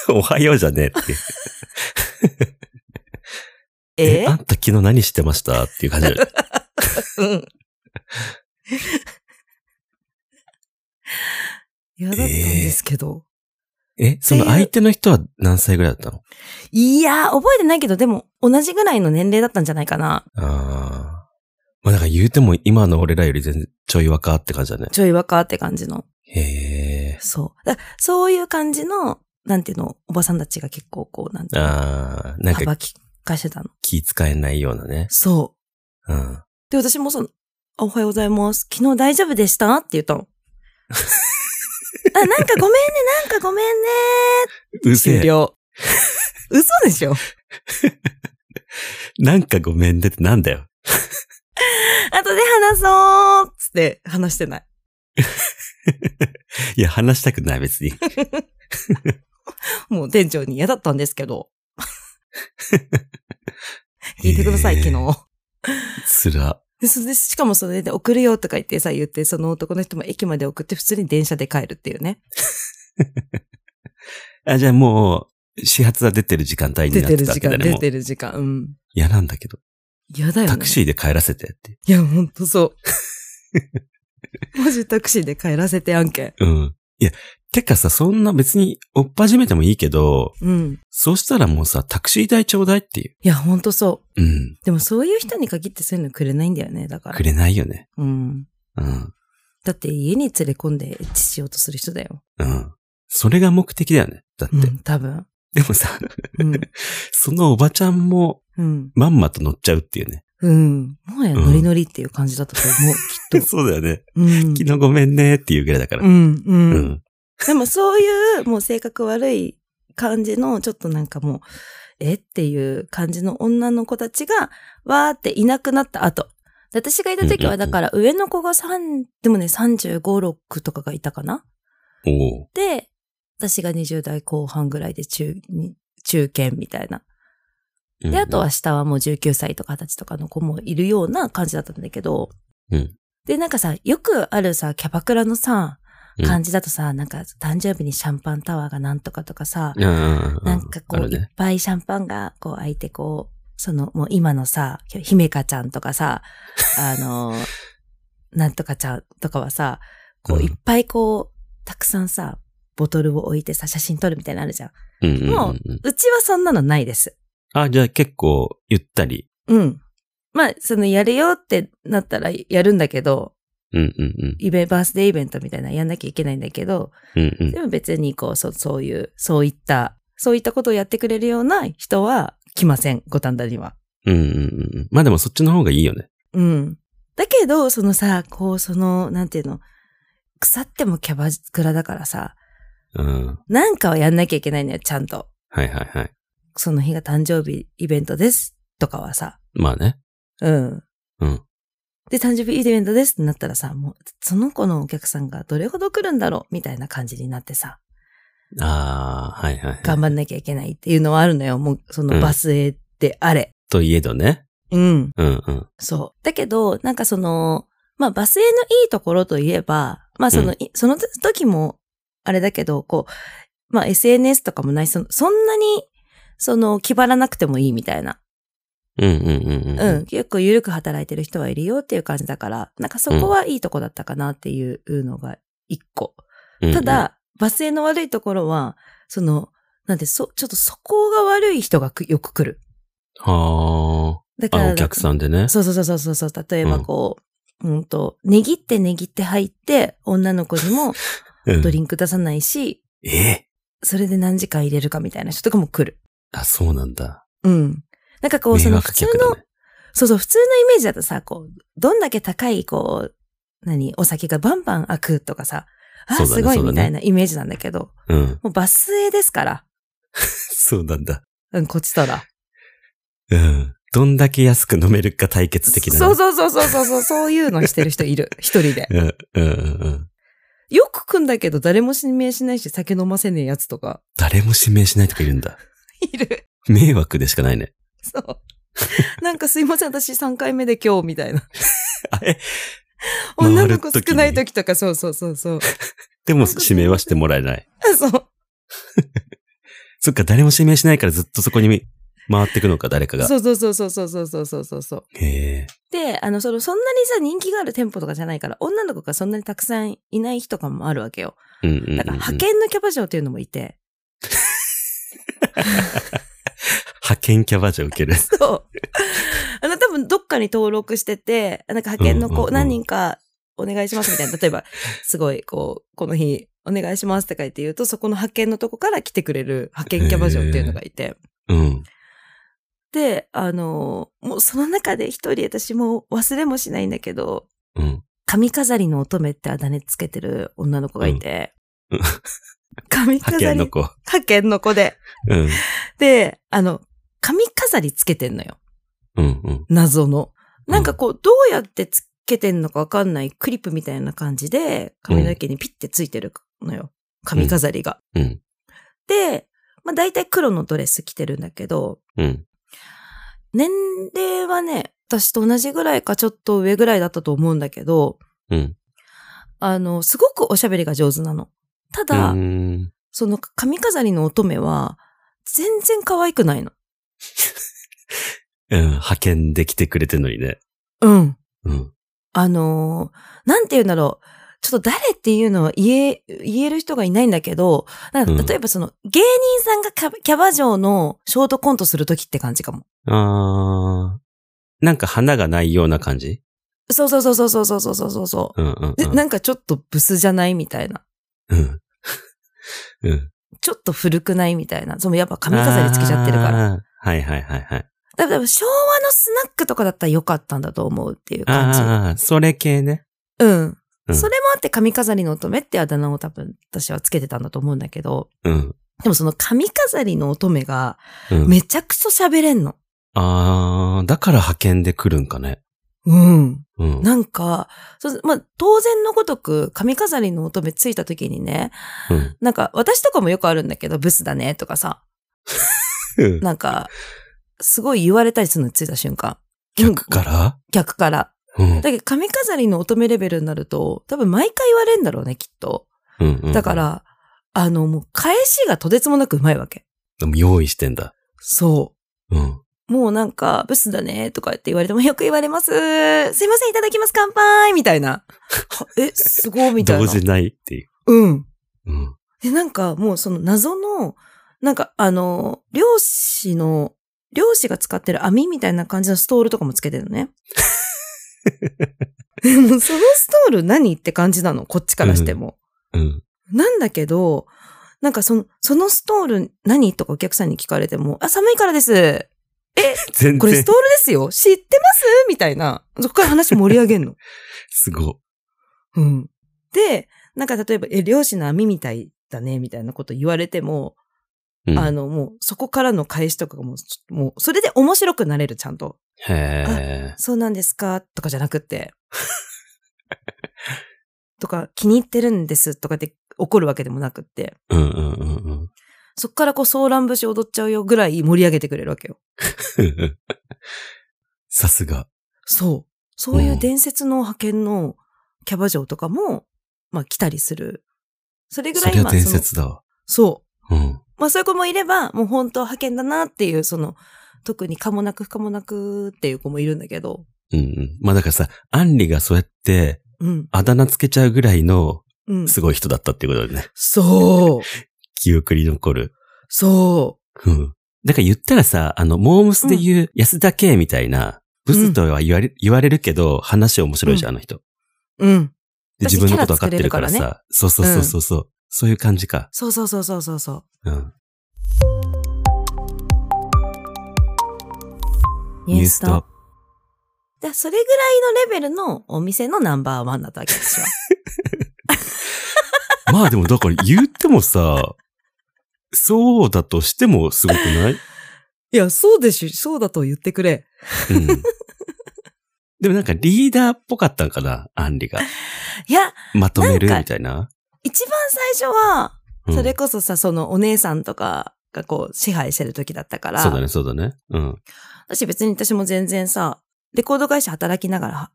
[SPEAKER 1] おはようじゃねえ って。
[SPEAKER 2] え
[SPEAKER 1] あんた昨日何してましたっていう感じで。
[SPEAKER 2] うん。 嫌だったんですけど。
[SPEAKER 1] え、その相手の人は何歳ぐらいだったの
[SPEAKER 2] いやー、覚えてないけど、でも、同じぐらいの年齢だったんじゃないかな。
[SPEAKER 1] ああ。まあだから言うても今の俺らより全然ちょい若って感じだね。
[SPEAKER 2] ちょい若って感じの。
[SPEAKER 1] へえ。
[SPEAKER 2] そう。だそういう感じの、なんていうの、おばさんたちが結構こう、なんていうの、
[SPEAKER 1] ああ、なんか
[SPEAKER 2] 幅き、かしてたの。
[SPEAKER 1] 気使えないようなね。
[SPEAKER 2] そう。
[SPEAKER 1] うん。
[SPEAKER 2] で、私もその、あおはようございます。昨日大丈夫でしたって言った の。あ、なんかごめんね、なんかごめんね。
[SPEAKER 1] うせえ。
[SPEAKER 2] 了。嘘でしょ
[SPEAKER 1] なんかごめんねってなんだよ。
[SPEAKER 2] 後で話そうっつって話してない。
[SPEAKER 1] いや、話したくない、別に。
[SPEAKER 2] もう店長に嫌だったんですけ ど。聞いてください、昨
[SPEAKER 1] えー。
[SPEAKER 2] 日。
[SPEAKER 1] つら。
[SPEAKER 2] で、それで、しかもそれで送るよとか言ってさ、言って、その男の人も駅まで送って普通に電車で帰るっていうね。
[SPEAKER 1] あ、じゃあもう、始発は出てる時間帯に
[SPEAKER 2] 出
[SPEAKER 1] なってて
[SPEAKER 2] る
[SPEAKER 1] たわ
[SPEAKER 2] 時
[SPEAKER 1] けだ
[SPEAKER 2] 間、
[SPEAKER 1] ね。
[SPEAKER 2] 出
[SPEAKER 1] もう
[SPEAKER 2] てる時間。うん。
[SPEAKER 1] 嫌なんだけど。
[SPEAKER 2] 嫌だよね。
[SPEAKER 1] タクシーで帰らせてって。
[SPEAKER 2] いや、ほんとそう。マジタクシーで帰らせて案件。
[SPEAKER 1] うん。いや、てかさ、そんな別に追っ始めてもいいけど、
[SPEAKER 2] うん。
[SPEAKER 1] そうしたらもうさ、タクシー代ちょうだいっていう。
[SPEAKER 2] いや、ほんとそ
[SPEAKER 1] うん。
[SPEAKER 2] う。でもそういう人に限ってそういうのくれないんだよね、だから。
[SPEAKER 1] くれないよね。
[SPEAKER 2] うん。
[SPEAKER 1] うん。
[SPEAKER 2] だって家に連れ込んでエッチしようとする人だよ。
[SPEAKER 1] うん。それが目的だよね。だって。
[SPEAKER 2] うん、多分。
[SPEAKER 1] でもさ、
[SPEAKER 2] うん。
[SPEAKER 1] そのおばちゃんも
[SPEAKER 2] うん。
[SPEAKER 1] まんまと乗っちゃうっていうね。
[SPEAKER 2] うん。もはやノリノリっていう感じだったと 思う、きっと。
[SPEAKER 1] そうだよね。
[SPEAKER 2] うん。
[SPEAKER 1] 昨日ごめんねっていうぐらいだから。
[SPEAKER 2] うん、う。
[SPEAKER 1] うんん。
[SPEAKER 2] でもそういう、もう性格悪い感じの、ちょっとなんかもう、えっていう感じの女の子たちが、わーっていなくなった後。で私がいた時
[SPEAKER 1] うんうんう
[SPEAKER 2] は、
[SPEAKER 1] ん
[SPEAKER 2] だから上の子が3、でもね、35、6とかがいたかな
[SPEAKER 1] おう
[SPEAKER 2] で、私が20代後半ぐらいで中、に中堅みたいな。
[SPEAKER 1] うん
[SPEAKER 2] で、あとは下はもう19歳とか20歳とかの子もいるような感じだったんだけど、
[SPEAKER 1] うん
[SPEAKER 2] で、なんかさ、よくあるさ、キャバクラのさ
[SPEAKER 1] う、ん
[SPEAKER 2] 感じだとさ、なんか誕生日にシャンパンタワーがなんとかとかさ、
[SPEAKER 1] うんうんうん。
[SPEAKER 2] なんかこ
[SPEAKER 1] あ
[SPEAKER 2] う、
[SPEAKER 1] る
[SPEAKER 2] いっ
[SPEAKER 1] ね。
[SPEAKER 2] ぱいシャンパンがこう開いてこう、そのもう今のさ、ひめかちゃんとか さ、あの、なんとかちゃんとかはさ、こ
[SPEAKER 1] う
[SPEAKER 2] うんいっぱいこう、たくさんさ、ボトルを置いてさ、写真撮るみたいなのあるじゃん。
[SPEAKER 1] うんうんうん
[SPEAKER 2] も
[SPEAKER 1] うん。
[SPEAKER 2] うちはそんなのないです。
[SPEAKER 1] あ、じゃあ結構ゆったり。
[SPEAKER 2] うん。まあ、そのやるよってなったらやるんだけど、
[SPEAKER 1] うんうんうん。
[SPEAKER 2] イベバースデーイベントみたいなのやんなきゃいけないんだけど、
[SPEAKER 1] うんうん
[SPEAKER 2] でも別にこう、そそういう、そういった、そういったことをやってくれるような人は来ません、五反田には。
[SPEAKER 1] うんうんうん。まあでもそっちの方がいいよね。
[SPEAKER 2] うん。だけど、そのさ、こう、その、なんていうの、腐ってもキャバクラだからさ、
[SPEAKER 1] うん。
[SPEAKER 2] なんかはやんなきゃいけないのよ、ちゃんと。
[SPEAKER 1] はいはいはい。
[SPEAKER 2] その日が誕生日イベントです、とかはさ、
[SPEAKER 1] まあね。
[SPEAKER 2] うん。
[SPEAKER 1] うん。
[SPEAKER 2] で、誕生日イベントですってなったらさ、もう、その子のお客さんがどれほど来るんだろうみたいな感じになってさ、
[SPEAKER 1] ああ、はいはいはい。
[SPEAKER 2] 頑張んなきゃいけないっていうのはあるのよ。もう、そのバスへであれ。
[SPEAKER 1] といえどね。
[SPEAKER 2] うん。
[SPEAKER 1] うんうん。
[SPEAKER 2] そう。だけど、なんかその、まあ、バスへのいいところといえば、まあ、その、
[SPEAKER 1] う
[SPEAKER 2] いその時も、あれだけど、こう、まあ、SNS とかもない、そのそんなに、その、気張らなくてもいいみたいな。
[SPEAKER 1] うんうんうんうん。
[SPEAKER 2] うん。結構緩く働いてる人はいるよっていう感じだから、なんかそこはいいとこだったかなっていうのが一個。
[SPEAKER 1] うんうん
[SPEAKER 2] た、だ、バスへの悪いところは、その、なんで、そ、ちょっとそこが悪い人がくよく来る。
[SPEAKER 1] は
[SPEAKER 2] だ
[SPEAKER 1] あ。
[SPEAKER 2] か
[SPEAKER 1] あ、
[SPEAKER 2] ら、
[SPEAKER 1] お客さんでね。
[SPEAKER 2] そうそうそうそうそう。例えばこう、うんと、ねぎってねぎって入って、女の子にも
[SPEAKER 1] うん
[SPEAKER 2] ドリンク出さないし、
[SPEAKER 1] ええ
[SPEAKER 2] それで何時間入れるかみたいな人とかも来る。
[SPEAKER 1] あ、そうなんだ。
[SPEAKER 2] うん。なんかこう、そ
[SPEAKER 1] 迷
[SPEAKER 2] の普
[SPEAKER 1] 惑
[SPEAKER 2] 通
[SPEAKER 1] 客
[SPEAKER 2] の
[SPEAKER 1] だ、ね。
[SPEAKER 2] そうそう、普通のイメージだとさ、こう、どんだけ高い、こう、何、お酒がバンバン開くとかさ、あ、
[SPEAKER 1] そうだ
[SPEAKER 2] す
[SPEAKER 1] ね
[SPEAKER 2] ごい
[SPEAKER 1] そうだね
[SPEAKER 2] みたいなイメージなんだけど、
[SPEAKER 1] うん。
[SPEAKER 2] もうバスへですから、
[SPEAKER 1] そうなんだ。
[SPEAKER 2] うん、こっちとら。
[SPEAKER 1] うん。どんだけ安く飲めるか対決的なね。
[SPEAKER 2] そうそうそうそうそうそう、そういうのしてる人い る。一人で。
[SPEAKER 1] うんうんうんうん。
[SPEAKER 2] よく来んだけど、誰も指名しないし、酒飲ませねえやつとか、
[SPEAKER 1] 誰も指名しないとかいるんだ。
[SPEAKER 2] いる。
[SPEAKER 1] 迷惑でしかない ね。
[SPEAKER 2] そう。なんかすいません、私3回目で今日みたいな。
[SPEAKER 1] あえ、回る
[SPEAKER 2] 女の子少ない
[SPEAKER 1] 時
[SPEAKER 2] 時とか、そうそうそう そう。
[SPEAKER 1] でも指名はしてもらえない。
[SPEAKER 2] あそう。
[SPEAKER 1] そっか、誰も指名しないからずっとそこに回ってくのか、誰かが。
[SPEAKER 2] そうそうそうそうそうそうそうそうそう。
[SPEAKER 1] へえ。
[SPEAKER 2] で、あの、その、そんなにさ、人気がある店舗とかじゃないから、女の子がそんなにたくさんいない日とかもあるわけよ。
[SPEAKER 1] うんうんうんうん。
[SPEAKER 2] だから、派遣のキャバ嬢っていうのもいて。
[SPEAKER 1] 派遣キャバ嬢受ける。
[SPEAKER 2] そう。あの、多分、どっかに登録してて、なんか派遣の
[SPEAKER 1] うんうん
[SPEAKER 2] 子、
[SPEAKER 1] うん
[SPEAKER 2] 何人かお願いしますみたいな。例えば、すごい、こう、この日、お願いしますって書いて言うと、そこの派遣のとこから来てくれる派遣キャバ嬢っていうのがいて。
[SPEAKER 1] うん。
[SPEAKER 2] で、あの、もうその中で一人私もう忘れもしないんだけど、
[SPEAKER 1] うん。
[SPEAKER 2] 髪飾りの乙女ってあだ名つけてる女の子がいて、
[SPEAKER 1] うんうん
[SPEAKER 2] 髪
[SPEAKER 1] 派
[SPEAKER 2] 飾
[SPEAKER 1] 遣
[SPEAKER 2] り、
[SPEAKER 1] の子。
[SPEAKER 2] 派遣の子で。
[SPEAKER 1] うん。
[SPEAKER 2] で、あの、髪飾りつけてんのよ。
[SPEAKER 1] うんうん。
[SPEAKER 2] 謎の。なんかこう、どうやってつけてんのかわかんないクリップみたいな感じで、髪の毛にピッてついてるのよ。髪飾りが。
[SPEAKER 1] うん。
[SPEAKER 2] で、まあ大体黒のドレス着てるんだけど、
[SPEAKER 1] うん。
[SPEAKER 2] 年齢はね、私と同じぐらいかちょっと上ぐらいだったと思うんだけど、
[SPEAKER 1] うん。
[SPEAKER 2] あの、すごくおしゃべりが上手なの。ただ、
[SPEAKER 1] うん
[SPEAKER 2] その髪飾りの乙女は、全然可愛くないの。
[SPEAKER 1] うん。派遣できてくれてんのにね。
[SPEAKER 2] うん。
[SPEAKER 1] うん。
[SPEAKER 2] あのーなんて言うんだろう。ちょっと誰っていうのは言え、言える人がいないんだけど、なん
[SPEAKER 1] う
[SPEAKER 2] か
[SPEAKER 1] ん
[SPEAKER 2] 例えばその、芸人さんがキャバキャバ嬢のショートコントするときって感じかも。
[SPEAKER 1] あー。なんか花がないような感じ
[SPEAKER 2] そうそうそうそうそうそうそうそうそ
[SPEAKER 1] うんうん
[SPEAKER 2] う。で、
[SPEAKER 1] うん。
[SPEAKER 2] なんかちょっとブスじゃないみたいな。
[SPEAKER 1] うん。うん。
[SPEAKER 2] ちょっと古くないみたいな。そのやっぱ髪飾りつけちゃってるから。
[SPEAKER 1] あー。はいはいはいはい。
[SPEAKER 2] だから昭和のスナックとかだったら良かったんだと思うっていう感じ。
[SPEAKER 1] ああ、それ系ね。
[SPEAKER 2] うん。
[SPEAKER 1] うん
[SPEAKER 2] それもあって髪飾りの乙女ってあだ名を多分私はつけてたんだと思うんだけど、
[SPEAKER 1] うん。
[SPEAKER 2] でもその髪飾りの乙女が、
[SPEAKER 1] うん、
[SPEAKER 2] めちゃくそ喋れんの。
[SPEAKER 1] ああ、だから派遣で来るんかね。
[SPEAKER 2] うん。
[SPEAKER 1] うん。
[SPEAKER 2] なんか、そうまあ、当然のごとく、髪飾りの乙女ついた時にね、
[SPEAKER 1] うん
[SPEAKER 2] なんか、私とかもよくあるんだけど、ブスだね、とかさ、
[SPEAKER 1] うん。
[SPEAKER 2] なんか、すごい言われたりするの、ついた瞬間。
[SPEAKER 1] 逆から
[SPEAKER 2] 逆から。
[SPEAKER 1] うん。
[SPEAKER 2] だけど、髪飾りの乙女レベルになると、多分毎回言われるんだろうね、きっと。
[SPEAKER 1] うんうん
[SPEAKER 2] だか。ら、あの、もう、返しがとてつもなくうまいわけ。
[SPEAKER 1] でも用意してんだ。
[SPEAKER 2] そう。
[SPEAKER 1] うん。
[SPEAKER 2] もうなんか、ブスだね、とか言って言われても、よく言われます。すいません、いただきます、乾杯みたいな。はえ、すごい、みたい
[SPEAKER 1] 動
[SPEAKER 2] な。
[SPEAKER 1] じないっていう。
[SPEAKER 2] うん。
[SPEAKER 1] うん。
[SPEAKER 2] で、なんか、もうその謎の、なんか、あの、漁師の、漁師が使ってる網みたいな感じのストールとかもつけてるの ね。でも、そのストール何って感じなの、こっちからしても。
[SPEAKER 1] うん。
[SPEAKER 2] なんだけど、なんかその、そのストール何とかお客さんに聞かれても、あ、寒いからです。
[SPEAKER 1] 全
[SPEAKER 2] これス
[SPEAKER 1] 然
[SPEAKER 2] トー、ルですよ知ってますみたいな。そこから話盛り上げんの。
[SPEAKER 1] すご
[SPEAKER 2] うん。で、なんか例えば、え、漁師の網みたいだね、みたいなこと言われても、
[SPEAKER 1] い。うん
[SPEAKER 2] あの、もう、そこからの返しとかがもう、ちょもう、それで面白くなれる、ちゃんと。
[SPEAKER 1] へえ。
[SPEAKER 2] そうなんですかとかじゃなく って。とか、気に入ってるんです、とかって怒るわけでもなくって。
[SPEAKER 1] うんうんうんうん。
[SPEAKER 2] そっからこう、ソーラン節踊っちゃうよぐらい盛り上げてくれるわけよ。
[SPEAKER 1] さすが。
[SPEAKER 2] そう。そういうんう伝説の派遣のキャバ嬢とかも、まあ来たりする。それぐ
[SPEAKER 1] そ
[SPEAKER 2] らい
[SPEAKER 1] りゃ
[SPEAKER 2] 今
[SPEAKER 1] 伝説だわ。
[SPEAKER 2] そのそう。
[SPEAKER 1] うん。
[SPEAKER 2] まあそういう子もいれば、もう本当派遣だなっていう、その、特にかもなく不可もなくっていう子もいるんだけど。
[SPEAKER 1] うんうん。まあだからさ、アンリがそうやって、
[SPEAKER 2] うん。
[SPEAKER 1] あだ名つけちゃうぐらいの
[SPEAKER 2] うん。
[SPEAKER 1] すごい人だったっていうことでね。
[SPEAKER 2] そう。
[SPEAKER 1] 記憶に残る。
[SPEAKER 2] そ
[SPEAKER 1] うん。だから言ったらさ、あの、モームスで言う安田圭みたいな、ブスとは言われ、言われるけど、話面白いじゃん、あの人。
[SPEAKER 2] う。うん。
[SPEAKER 1] で、
[SPEAKER 2] 私
[SPEAKER 1] 自分のこと分かってるから
[SPEAKER 2] キャラ作れる
[SPEAKER 1] さ。そうそうそうそうそう。そういう感じか。
[SPEAKER 2] そうそうそうそうそうそう。
[SPEAKER 1] うん。
[SPEAKER 2] ニュースと。。じゃあそれぐらいのレベルのお店のナンバーワンだったわけですよ。
[SPEAKER 1] まあでも、だから言ってもさ、そうだとしてもすごくない
[SPEAKER 2] いや、そうでしょ。そうだと言ってくれ。
[SPEAKER 1] うん。でもなんかリーダーっぽかったんかな、アンリが。
[SPEAKER 2] いや、
[SPEAKER 1] まとめる
[SPEAKER 2] なんか
[SPEAKER 1] みたいな。
[SPEAKER 2] 一番最初は、
[SPEAKER 1] うん
[SPEAKER 2] それこそさ、そのお姉さんとかがこう支配してる時だったから、
[SPEAKER 1] そうだね、そうだね。うん。
[SPEAKER 2] 私別に私も全然さ、レコード会社働きながら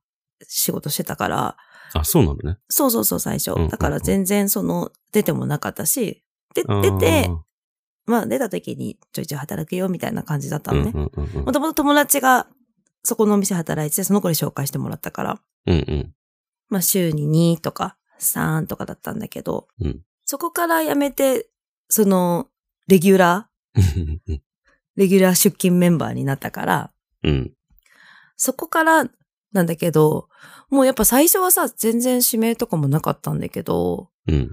[SPEAKER 2] 仕事してたから、
[SPEAKER 1] あ、そうなのね。
[SPEAKER 2] そうそうそう最初
[SPEAKER 1] うんうんうん。
[SPEAKER 2] だから全然その出てもなかったし、で、
[SPEAKER 1] あ
[SPEAKER 2] 出
[SPEAKER 1] ー
[SPEAKER 2] て、、まあ出た時にちょいちょい働くよみたいな感じだった
[SPEAKER 1] うん
[SPEAKER 2] の
[SPEAKER 1] うん
[SPEAKER 2] ね。
[SPEAKER 1] うんうん
[SPEAKER 2] もともと友達がそこのお店働いてて、その子に紹介してもらったから、
[SPEAKER 1] うんうん。
[SPEAKER 2] まあ週に2とか3とかだったんだけど、
[SPEAKER 1] うん
[SPEAKER 2] そこから辞めて、その、レギュラー
[SPEAKER 1] うん
[SPEAKER 2] レギュラー出勤メンバーになったから、
[SPEAKER 1] うん。
[SPEAKER 2] そこからなんだけど、もうやっぱ最初はさ、全然指名とかもなかったんだけど、
[SPEAKER 1] うん。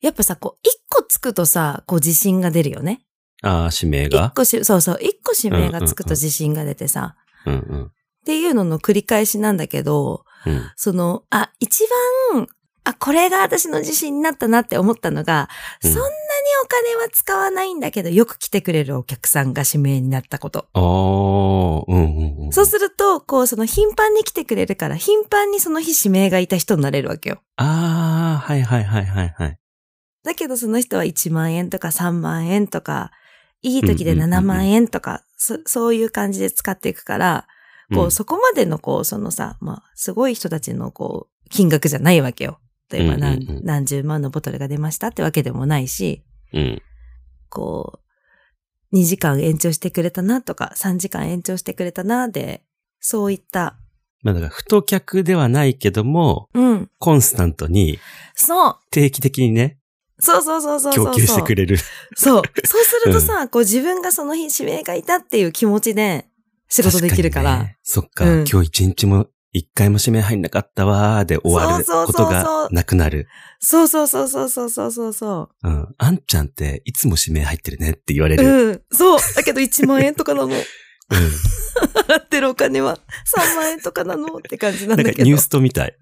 [SPEAKER 2] やっぱさ、こう、一個つくとさ、こう自信が出るよね。
[SPEAKER 1] ああ、指名
[SPEAKER 2] 一
[SPEAKER 1] が
[SPEAKER 2] 個し、そうそう、一個指名がつくと自信が出てさ、
[SPEAKER 1] うんうん。
[SPEAKER 2] っていうのの繰り返しなんだけど、
[SPEAKER 1] うん。
[SPEAKER 2] その、あ、一番、あ、これが私の自信になったなって思ったのが、
[SPEAKER 1] うん
[SPEAKER 2] そんなにお金は使わないんだけど、よく来てくれるお客さんが指名になったこと。
[SPEAKER 1] ああ、うんうんうん。
[SPEAKER 2] そうすると、こう、その頻繁に来てくれるから、頻繁にその日指名がいた人になれるわけよ。
[SPEAKER 1] ああ、はいはいはいはいはい。
[SPEAKER 2] だけどその人は1万円とか3万円とか、いい時で
[SPEAKER 1] うんうんうんうん
[SPEAKER 2] 7万円とか、そそういう感じで使っていくから、こ
[SPEAKER 1] うん
[SPEAKER 2] う、そこまでのこう、そのさ、まあ、すごい人たちのこう、金額じゃないわけよ。例えば何,、
[SPEAKER 1] うんうんうん
[SPEAKER 2] 何十万のボトルが出ましたってわけでもないし、
[SPEAKER 1] うん。
[SPEAKER 2] こう、2時間延長してくれたなとか、3時間延長してくれたなで、そういった、
[SPEAKER 1] まあだから、太客ではないけども、
[SPEAKER 2] うん、
[SPEAKER 1] コンスタントに
[SPEAKER 2] そう、
[SPEAKER 1] 定期的にね、
[SPEAKER 2] そうそうそうそうそうそう。
[SPEAKER 1] 供給してくれる。
[SPEAKER 2] そう。そうするとさ、こう自分がその日指名がいたっていう気持ちで仕事できるから。
[SPEAKER 1] 確にねそっか、
[SPEAKER 2] うん
[SPEAKER 1] 今日一日も一回も指名入んなかったわーで終わる
[SPEAKER 2] そう
[SPEAKER 1] こ
[SPEAKER 2] そうそうそう
[SPEAKER 1] とがなくなる。
[SPEAKER 2] そうそうそうそうそうそうそうそ
[SPEAKER 1] うん。あんちゃんっていつも指名入ってるねって言われ
[SPEAKER 2] う。
[SPEAKER 1] る。う
[SPEAKER 2] う
[SPEAKER 1] ん。
[SPEAKER 2] ん。そう。だけど1万円とかなの。払ってるお金は3万円とかなのって感じなん
[SPEAKER 1] な
[SPEAKER 2] だ
[SPEAKER 1] んか
[SPEAKER 2] けど。
[SPEAKER 1] ニューストみたい。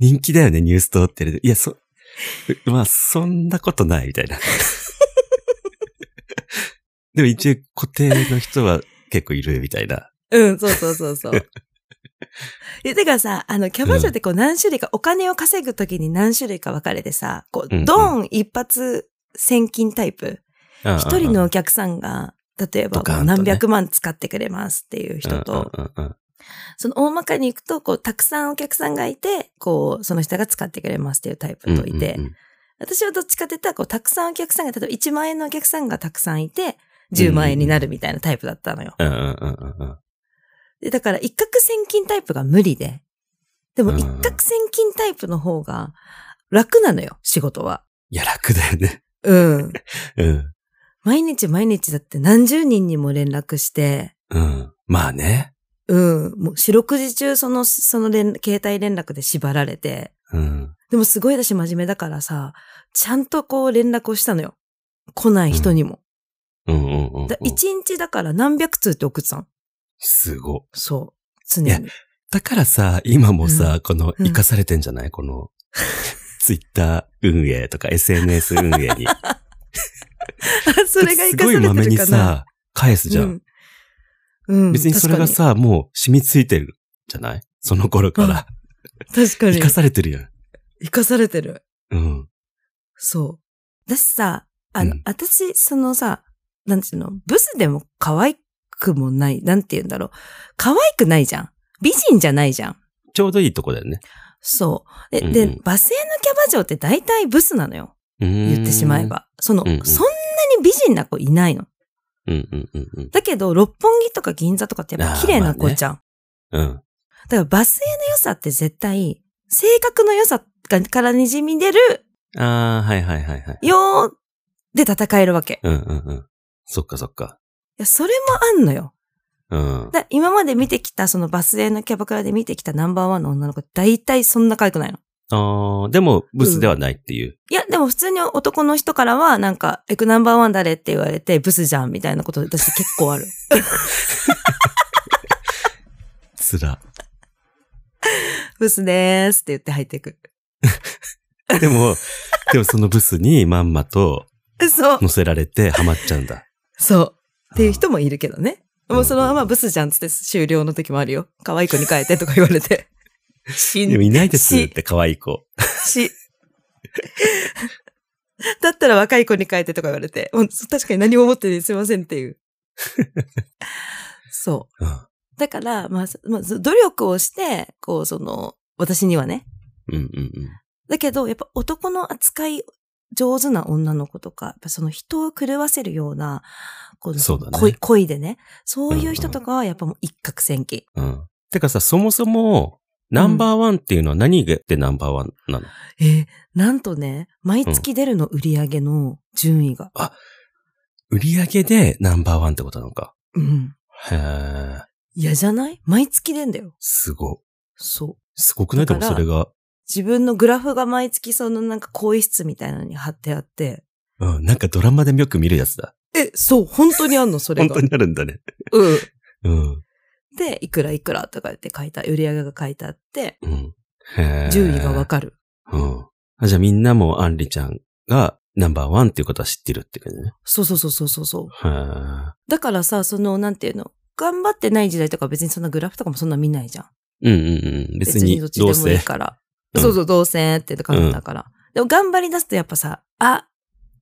[SPEAKER 1] 人気だよね、ニューストって。いや、そ、うまあ、そんなことないみた いな。でも一応固定の人は結構いるみたいな。
[SPEAKER 2] うん、そうそうそう そう。え、てかさ、あの、キャバ嬢ってこう何種類か、お金を稼ぐときに何種類か分かれてさ、こ
[SPEAKER 1] うんうん
[SPEAKER 2] う、ドーン一発千金タイプ。一人のお客さんが、例えば
[SPEAKER 1] ドカーンとね
[SPEAKER 2] 何百万使ってくれますっていう人と、
[SPEAKER 1] うんうんうん
[SPEAKER 2] その大まかに行くと、こう、たくさんお客さんがいて、こう、その人が使ってくれますっていうタイプといて、
[SPEAKER 1] うんうんうん
[SPEAKER 2] 私はどっちかって言ったら、こう、たくさんお客さんが、例えば1万円のお客さんがたくさんいて、10万円になるみたいなタイプだったのよ。
[SPEAKER 1] うんうんうんうんうん。
[SPEAKER 2] でだから、一攫千金タイプが無理で、でも
[SPEAKER 1] うん
[SPEAKER 2] 一攫千金タイプの方が楽なのよ、仕事は。
[SPEAKER 1] いや、楽だよね。
[SPEAKER 2] うん。
[SPEAKER 1] うん。
[SPEAKER 2] 毎日毎日だって何十人にも連絡して、
[SPEAKER 1] うん。まあね。
[SPEAKER 2] うん。もう四六時中その、その連、携帯連絡で縛られて。
[SPEAKER 1] うん。
[SPEAKER 2] でもすごい私真面目だからさ、ちゃんとこう連絡をしたのよ。来ない人にも。
[SPEAKER 1] うんうんうんうん。
[SPEAKER 2] だ一日だから何百通って送ってたの。
[SPEAKER 1] すご。
[SPEAKER 2] そう。常
[SPEAKER 1] いや
[SPEAKER 2] に。
[SPEAKER 1] だからさ、今もさ、この、生かされてんじゃないこの、ツイッター運営とか SNS 運営 に。
[SPEAKER 2] それが生かさ
[SPEAKER 1] すごい
[SPEAKER 2] れ
[SPEAKER 1] 豆
[SPEAKER 2] てる
[SPEAKER 1] に
[SPEAKER 2] かな。
[SPEAKER 1] さ、返すじゃん。
[SPEAKER 2] うん。うん
[SPEAKER 1] 別にそれが、さ、もう染みついてるじゃないその頃か
[SPEAKER 2] 確
[SPEAKER 1] ら。
[SPEAKER 2] かに。
[SPEAKER 1] 生
[SPEAKER 2] 確か
[SPEAKER 1] か
[SPEAKER 2] に
[SPEAKER 1] されてるやん。
[SPEAKER 2] 生かされてる。
[SPEAKER 1] うん。
[SPEAKER 2] そう。だしさ、あの、
[SPEAKER 1] うん
[SPEAKER 2] 私、そのさ、なんていうの、ブスでも可愛くもない、なんて言うんだろう。可愛くないじゃん。美人じゃないじゃん。
[SPEAKER 1] ちょうどいいとこだよね。
[SPEAKER 2] そう。で、
[SPEAKER 1] うんうん
[SPEAKER 2] で、バスへのキャバ嬢って大体ブスなのよ。
[SPEAKER 1] 言
[SPEAKER 2] 言ってしまえ。ば。その、
[SPEAKER 1] うんうん
[SPEAKER 2] そんなに美人な子いないの。
[SPEAKER 1] うんうんうんうん。
[SPEAKER 2] だけど、六本木とか銀座とかってやっぱ綺麗な子じゃん。
[SPEAKER 1] うん。
[SPEAKER 2] だからバスへの良さって絶対、性格の良さがから滲み出る
[SPEAKER 1] ああ、はいはいはいはい。
[SPEAKER 2] よーで戦えるわけ。い
[SPEAKER 1] うんうんうん。そっかそっか。
[SPEAKER 2] や、それもあんのよ。
[SPEAKER 1] うん。
[SPEAKER 2] だ今まで見てきた、そのバスへのキャバクラで見てきたナンバーワンの女の子、大体そんな可愛くないの。
[SPEAKER 1] ああ、でも、ブスではないっていう。
[SPEAKER 2] いや、でも普通に男の人からは、なんか、エクナンバーワン誰って言われて、ブスじゃんみたいなこと、私結構ある。
[SPEAKER 1] つら。
[SPEAKER 2] ブスでーすって言って入ってく
[SPEAKER 1] でも、でもそのブスにまんまと
[SPEAKER 2] る。そう、
[SPEAKER 1] 乗せられてハマっちゃう んだ。
[SPEAKER 2] そう。っていう人もいるけどね。
[SPEAKER 1] うん
[SPEAKER 2] もうそのままブスじゃんっつって終了の時もあるよ。可愛い子に変えてとか言われて。死
[SPEAKER 1] でも
[SPEAKER 2] ん、
[SPEAKER 1] いないですって可愛い子。
[SPEAKER 2] 死。 だったら若い子に変えてとか言われて。もう確かに何も思っててすいませんって いう。そう。
[SPEAKER 1] うん。
[SPEAKER 2] だから、まあ、そまあ、そ努力をして、こう、その、私にはね。
[SPEAKER 1] うんうんうん。
[SPEAKER 2] だけど、やっぱ男の扱い上手な女の子とか、やっぱその人を狂わせるような、こ
[SPEAKER 1] そうだね
[SPEAKER 2] 恋恋でね。そういう
[SPEAKER 1] う
[SPEAKER 2] 人
[SPEAKER 1] んうん
[SPEAKER 2] とかは、やっぱもう一攫千金。
[SPEAKER 1] うん。てかさ、そもそも、ナンバーワンっていうのは何がでナンバーワンなの、
[SPEAKER 2] えーなんとね、毎月出るの売り上げの順位が。
[SPEAKER 1] 売り上げでナンバーワンってことなのか。
[SPEAKER 2] うん。
[SPEAKER 1] へー、
[SPEAKER 2] 嫌じゃない毎月出んだよ。
[SPEAKER 1] すご。
[SPEAKER 2] そう。
[SPEAKER 1] すごくないで
[SPEAKER 2] だ
[SPEAKER 1] も
[SPEAKER 2] から
[SPEAKER 1] それが。
[SPEAKER 2] 自分のグラフが毎月そのなんか更衣室みたいなのに貼ってあって、
[SPEAKER 1] うん、なんかドラマでよく見るやつだ。
[SPEAKER 2] え、そう、本当にあんの、それ
[SPEAKER 1] 本
[SPEAKER 2] が
[SPEAKER 1] 当。にあるんだね。
[SPEAKER 2] うん。
[SPEAKER 1] うん。
[SPEAKER 2] で、いくらいくらとかって書いた、売り上げが書いてあって、
[SPEAKER 1] うん。へー
[SPEAKER 2] 順位がわかる。
[SPEAKER 1] うん。あじゃあみんなもアンリちゃんがナンバーワンっていうことは知ってるって感じね。
[SPEAKER 2] そうそうそうそうそうそう。
[SPEAKER 1] へー
[SPEAKER 2] だからさ、その、なんていうの、頑張ってない時代とか別にそんなグラフとかもそんな見ないじゃん。
[SPEAKER 1] うんうんうん。別に
[SPEAKER 2] どっち
[SPEAKER 1] どう
[SPEAKER 2] でもいい
[SPEAKER 1] せ。
[SPEAKER 2] から。
[SPEAKER 1] うん
[SPEAKER 2] そうそう、どうせって感じだから。でも頑張り出すとやっぱさ、あ、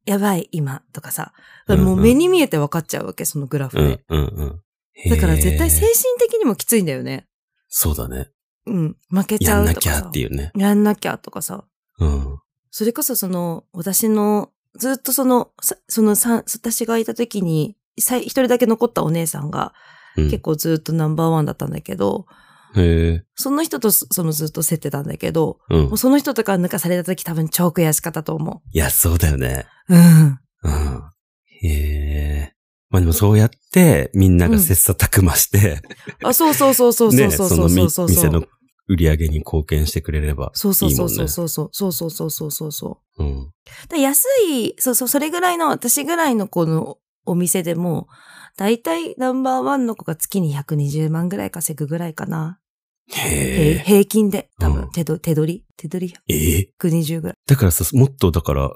[SPEAKER 2] やばい、今、とかさ、もう目に見えて分かっちゃうわけ、そのグラフ
[SPEAKER 1] う
[SPEAKER 2] で。
[SPEAKER 1] んうんうん。へー
[SPEAKER 2] だから絶対精神的にもきついんだよね。
[SPEAKER 1] そうだね。
[SPEAKER 2] うん。負けち
[SPEAKER 1] や
[SPEAKER 2] ゃ
[SPEAKER 1] ん
[SPEAKER 2] う
[SPEAKER 1] な
[SPEAKER 2] とか
[SPEAKER 1] き
[SPEAKER 2] さ。
[SPEAKER 1] ゃっていうね。
[SPEAKER 2] やんなきゃとかさ。
[SPEAKER 1] うん。
[SPEAKER 2] それこそその、私の、ずっとその、さそのさ、私がいた時に、さい一人だけ残ったお姉さんが、
[SPEAKER 1] うん、
[SPEAKER 2] 結構ずっとナンバーワンだったんだけど、
[SPEAKER 1] へえ。
[SPEAKER 2] その人とそそのずっと競ってたんだけど、
[SPEAKER 1] う
[SPEAKER 2] も
[SPEAKER 1] ん
[SPEAKER 2] う。その人とか抜かされた時多分超悔しかったと思
[SPEAKER 1] いや、そうだよね。
[SPEAKER 2] う。うん。
[SPEAKER 1] うん。へえ。まあでもそうやって、みんなが切磋琢磨して、
[SPEAKER 2] あ、そうそうそうそうそ
[SPEAKER 1] ね、
[SPEAKER 2] うそう
[SPEAKER 1] そ
[SPEAKER 2] そ
[SPEAKER 1] の
[SPEAKER 2] うそ
[SPEAKER 1] み
[SPEAKER 2] うそう。
[SPEAKER 1] 店の売り上げに貢献してくれれば
[SPEAKER 2] そうそ
[SPEAKER 1] いうい
[SPEAKER 2] そ
[SPEAKER 1] も
[SPEAKER 2] うん
[SPEAKER 1] ね。
[SPEAKER 2] そうそうそうそうそうそうそうそう
[SPEAKER 1] うん。
[SPEAKER 2] う。安い、そうそう、それぐらいの、私ぐらいのこのお店でも、だいたいナンバーワンの子が月に120万ぐらい稼ぐぐらいかな。へい
[SPEAKER 1] へ
[SPEAKER 2] 平均で、多
[SPEAKER 1] う
[SPEAKER 2] 分、
[SPEAKER 1] ん
[SPEAKER 2] 手ど手取り、手取り
[SPEAKER 1] え。ええ。
[SPEAKER 2] 120ぐらい。
[SPEAKER 1] だからさ、もっとだから、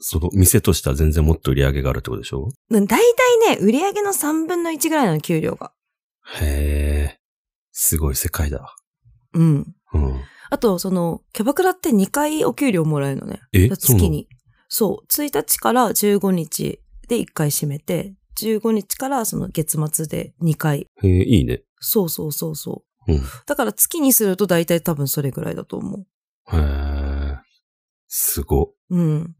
[SPEAKER 1] その店としては全然もっと売り上げがあるってことでしょ
[SPEAKER 2] うんだいたいね、売り上げの3分の1ぐらいの給料が。
[SPEAKER 1] へえ。すごい世界だ。
[SPEAKER 2] うん。
[SPEAKER 1] うん。
[SPEAKER 2] あと、その、キャバクラって2回お給料もらえるのね。
[SPEAKER 1] えそうな
[SPEAKER 2] 月
[SPEAKER 1] の
[SPEAKER 2] に。そう。1日から15日で1回閉めて、15日からその月末で2回。
[SPEAKER 1] へえ、いいね。
[SPEAKER 2] そうそうそうそう。
[SPEAKER 1] うん
[SPEAKER 2] だから月にすると大体多分それぐらいだと思
[SPEAKER 1] へえ。すご。
[SPEAKER 2] う。うん。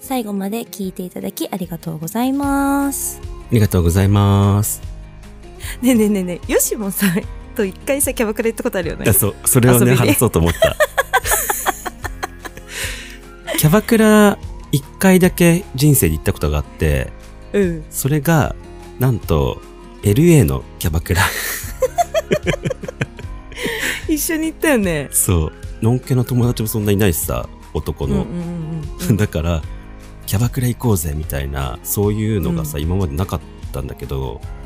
[SPEAKER 5] 最後まで聞いていただきありがとうございます。
[SPEAKER 1] ありがとうございます。
[SPEAKER 2] ねえねえねえねえ、よしもさ、と一回さ、キャバクラ行ったことあるよね
[SPEAKER 1] あ。そう、それを
[SPEAKER 2] 遊び
[SPEAKER 1] ね、
[SPEAKER 2] で
[SPEAKER 1] 話そうと思った。キャバクラ、一回だけ人生で行ったことがあって、
[SPEAKER 2] うん。
[SPEAKER 1] それが、なんと、LA のキャバクラ。
[SPEAKER 2] 一緒に行ったよね。
[SPEAKER 1] そう。のんけの友達もそんなにいないしさ、男
[SPEAKER 2] うんう
[SPEAKER 1] の。
[SPEAKER 2] んうんうん。
[SPEAKER 1] だから、キャバクラ行こうぜみたいな、そういうのがさ、今までなかったんだけ
[SPEAKER 2] う
[SPEAKER 1] ど、
[SPEAKER 2] ん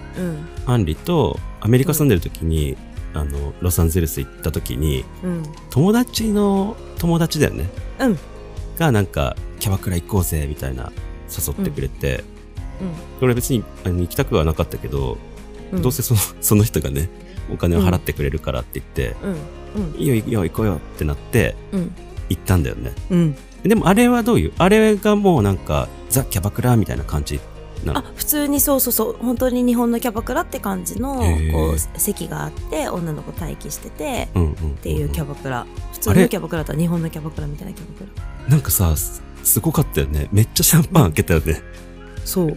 [SPEAKER 1] アンリとアメリカ住んでる時に、あの、ロサンゼルス行った時に、
[SPEAKER 2] うん。
[SPEAKER 1] 友達の友達だよね。
[SPEAKER 2] うん
[SPEAKER 1] が、なんか、キャバクラ行こうぜみたいな、誘ってくれ
[SPEAKER 2] う
[SPEAKER 1] て、
[SPEAKER 2] んうん
[SPEAKER 1] 俺別にあの行きたくはなかったけど、
[SPEAKER 2] うん。
[SPEAKER 1] どうせその その人がね、お金を払ってくれるからって言って、
[SPEAKER 2] うん。うん。
[SPEAKER 1] いいよ、いいよ、行こうよってなって、
[SPEAKER 2] うん
[SPEAKER 1] 行ったんだよね。
[SPEAKER 2] うん。
[SPEAKER 1] でもあれはどういうあれがもうなんか、ザ・キャバクラみたいな感じ。
[SPEAKER 2] あ普通にそうそうそう本当に日本のキャバクラって感じの
[SPEAKER 1] へー
[SPEAKER 2] こう席があって女の子待機してて
[SPEAKER 1] うんうんうんうん。っ
[SPEAKER 2] っていうキャバクラ普通
[SPEAKER 1] あれ
[SPEAKER 2] のキャバクラとは日本のキャバクラみたいなキャバクラ
[SPEAKER 1] なんかさ、すすごかったよね。めっちゃシャンパン開けたよね。
[SPEAKER 2] そう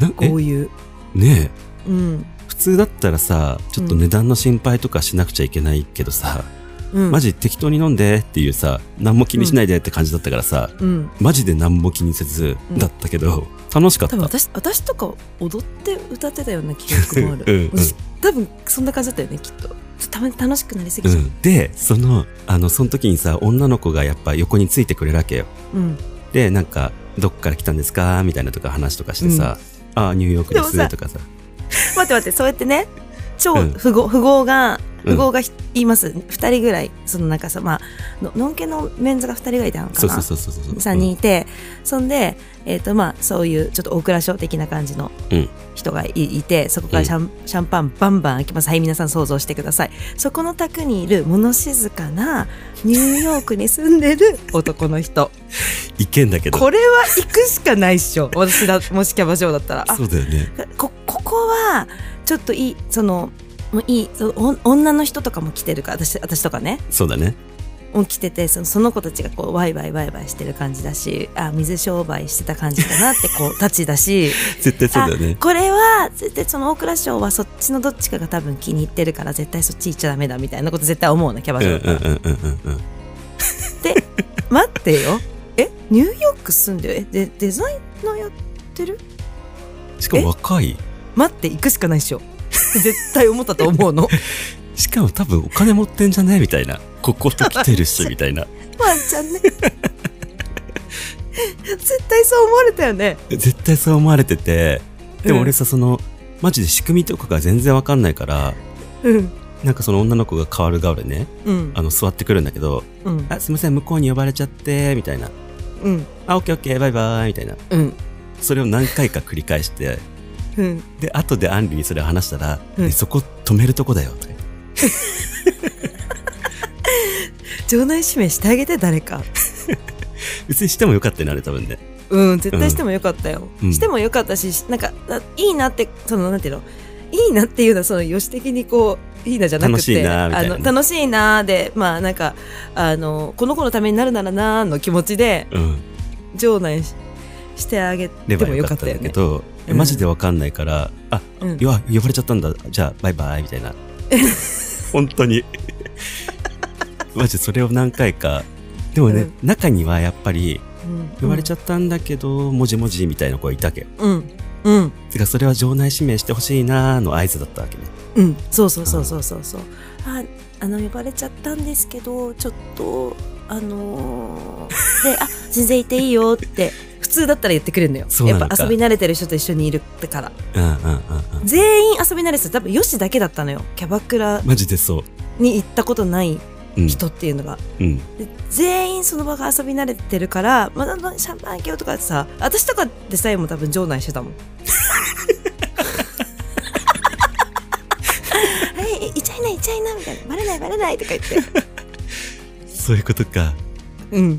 [SPEAKER 1] なん
[SPEAKER 2] こういう
[SPEAKER 1] えねえ。
[SPEAKER 2] うん
[SPEAKER 1] 普通だったらさ、ちょっと値段の心配とかしなくちゃいけないけどさ、
[SPEAKER 2] うん
[SPEAKER 1] マジ適当に飲んでっていうさ、何も気にしないでって感じだったからさ、
[SPEAKER 2] うん
[SPEAKER 1] マジで何も気にせず
[SPEAKER 2] うん
[SPEAKER 1] だったけど、楽しかっ
[SPEAKER 2] 多
[SPEAKER 1] た。
[SPEAKER 2] 分私私とか踊って歌ってたような記憶もあ
[SPEAKER 1] うん
[SPEAKER 2] る
[SPEAKER 1] うん
[SPEAKER 2] 私多分そんな感じだったよねきっとたまに楽しくなりすぎ
[SPEAKER 1] う、
[SPEAKER 2] ちゃうん
[SPEAKER 1] で、その、あの、その時にさ、女の子がやっぱ横についてくれるわけよ。
[SPEAKER 2] うん
[SPEAKER 1] で、なんか、どっから来たんですかみたいなとか話とかしてさ、ああ、ニューヨーク
[SPEAKER 2] で
[SPEAKER 1] で
[SPEAKER 2] も
[SPEAKER 1] す
[SPEAKER 2] さ
[SPEAKER 1] とかさ、
[SPEAKER 2] 待って待ってそうやってね超
[SPEAKER 1] うん
[SPEAKER 2] 富豪富豪が
[SPEAKER 1] うん
[SPEAKER 2] 富豪がひ言います2人ぐらいそのなんかさまあののんけのメンズが2人ぐらいいたのか
[SPEAKER 1] そう
[SPEAKER 2] な
[SPEAKER 1] そうそうそうそう。
[SPEAKER 2] 3人いて、そんで、えっとまあ、そういうちょっと大蔵省的な感じの
[SPEAKER 1] うん
[SPEAKER 2] 人がい,、てそこからシャン,、シャンパンバンバン開けますはい皆さん想像してくださいそこの宅にいる物静かなニューヨークに住んでる男の人
[SPEAKER 1] いけんだけど。
[SPEAKER 2] これは行くしかないっしょ私だもしキャバ嬢だったらあ
[SPEAKER 1] そうだよね。
[SPEAKER 2] こここはちょっといいそのもういいそのお女の人とかも来てるから私私とかね
[SPEAKER 1] そうだね。
[SPEAKER 2] を着ててそのその子たちがこうワイワイワイワイしてる感じだしあ水商売してた感じだなってこ うたちだし
[SPEAKER 1] 絶対そうだよね。
[SPEAKER 2] これは絶対その大蔵省はそっちのどっちかが多分気に入ってるから絶対そっち行っちゃダメだみたいなこと絶対思うなキャバ
[SPEAKER 1] うん
[SPEAKER 2] 嬢
[SPEAKER 1] うん
[SPEAKER 2] だったら、
[SPEAKER 1] うんうんうんうん。
[SPEAKER 2] 待ってよえニューヨーク住んでるえでデザイナーやってる
[SPEAKER 1] しかも若い。
[SPEAKER 2] 待って行くしかないっしょ。絶対思ったと思うの。
[SPEAKER 1] しかも多分お金持ってんじゃねみたいな。ここと来てるし、みたいな。
[SPEAKER 2] ワンちゃんね。絶対そう思われたよね。
[SPEAKER 1] 絶対そう思われてて。で
[SPEAKER 2] う
[SPEAKER 1] も
[SPEAKER 2] ん
[SPEAKER 1] 俺さ、その、マジで仕組みとかが全然わかんないから、
[SPEAKER 2] うん。
[SPEAKER 1] なんかその女の子が代わる代わるね、
[SPEAKER 2] うん
[SPEAKER 1] あ。の、座ってくるんだけど、
[SPEAKER 2] うん。
[SPEAKER 1] あ、すいません、向こうに呼ばれちゃって、みたいな。
[SPEAKER 2] うん。
[SPEAKER 1] あ、オッケーオッケー、バイバイ、みたいな。
[SPEAKER 2] うん。
[SPEAKER 1] それを何回か繰り返して、
[SPEAKER 2] うん。
[SPEAKER 1] で、後でアンリにそれを話したら、
[SPEAKER 2] うん
[SPEAKER 1] ねそこ止めるとこだよ、とか言って
[SPEAKER 2] 場内指名してあげて、誰か。
[SPEAKER 1] 別にしてもよかったよね、あれ多分ね。
[SPEAKER 2] うん。絶対してもよかったよ。
[SPEAKER 1] うん
[SPEAKER 2] してもよかったし、しなんか、あいいなって、その、なんていうの、いいなっていうのは、その、よし的にこう、いいなじゃなくて、
[SPEAKER 1] 楽しいなみたいな
[SPEAKER 2] あの、楽しいなで、まあ、なんか、あの、この子のためになるならなの気持ちで、
[SPEAKER 1] うん。
[SPEAKER 2] 場内ししてあげ
[SPEAKER 1] れ
[SPEAKER 2] て
[SPEAKER 1] ば
[SPEAKER 2] も
[SPEAKER 1] よ
[SPEAKER 2] よ
[SPEAKER 1] か
[SPEAKER 2] か
[SPEAKER 1] っ
[SPEAKER 2] ったたよ
[SPEAKER 1] んだけ
[SPEAKER 2] ね。
[SPEAKER 1] ど、え
[SPEAKER 2] うん
[SPEAKER 1] マジでわかんないから、あ、
[SPEAKER 2] うん
[SPEAKER 1] いや、呼ばれちゃったんだ。じゃあ、バイバイ、みた いな。本当に。マジそれを何回か。でもね、
[SPEAKER 2] うん
[SPEAKER 1] 中にはやっぱり、呼ばれち
[SPEAKER 2] ゃ
[SPEAKER 1] ゃったんだけど、もじもじみたいな子がいたわけよ。
[SPEAKER 2] うん。うん。
[SPEAKER 1] てか、それは場内指名してほしいなーの合図だったわけね。
[SPEAKER 2] うん。そうそうそうそうそうそう。
[SPEAKER 5] あ、あの、呼ばれちゃったんですけど、ちょっと、あ のー、で、あ、全然いていいよって。
[SPEAKER 2] 普通だったら言ってくれるのよ。
[SPEAKER 1] そうな
[SPEAKER 2] や
[SPEAKER 1] の
[SPEAKER 2] っ
[SPEAKER 1] か
[SPEAKER 2] ぱ遊び慣れてる人と一緒にいるから。
[SPEAKER 1] うんうんうんうん。
[SPEAKER 2] 全員遊び慣れてた。多分、よしだけだったのよ。キャバクラ
[SPEAKER 1] マジでそう。
[SPEAKER 2] に行ったことない
[SPEAKER 1] うん。
[SPEAKER 2] 人っていうのが。
[SPEAKER 1] うん。
[SPEAKER 2] で全員その場が遊び慣れてるから、まだのシャンパン開けようとかさ、私とかでさえも多分場内して たもん。
[SPEAKER 5] はい、いちゃいない、いちゃいな、みたいな。バレない、バレないとか言って。
[SPEAKER 1] そういうことか。
[SPEAKER 2] うん。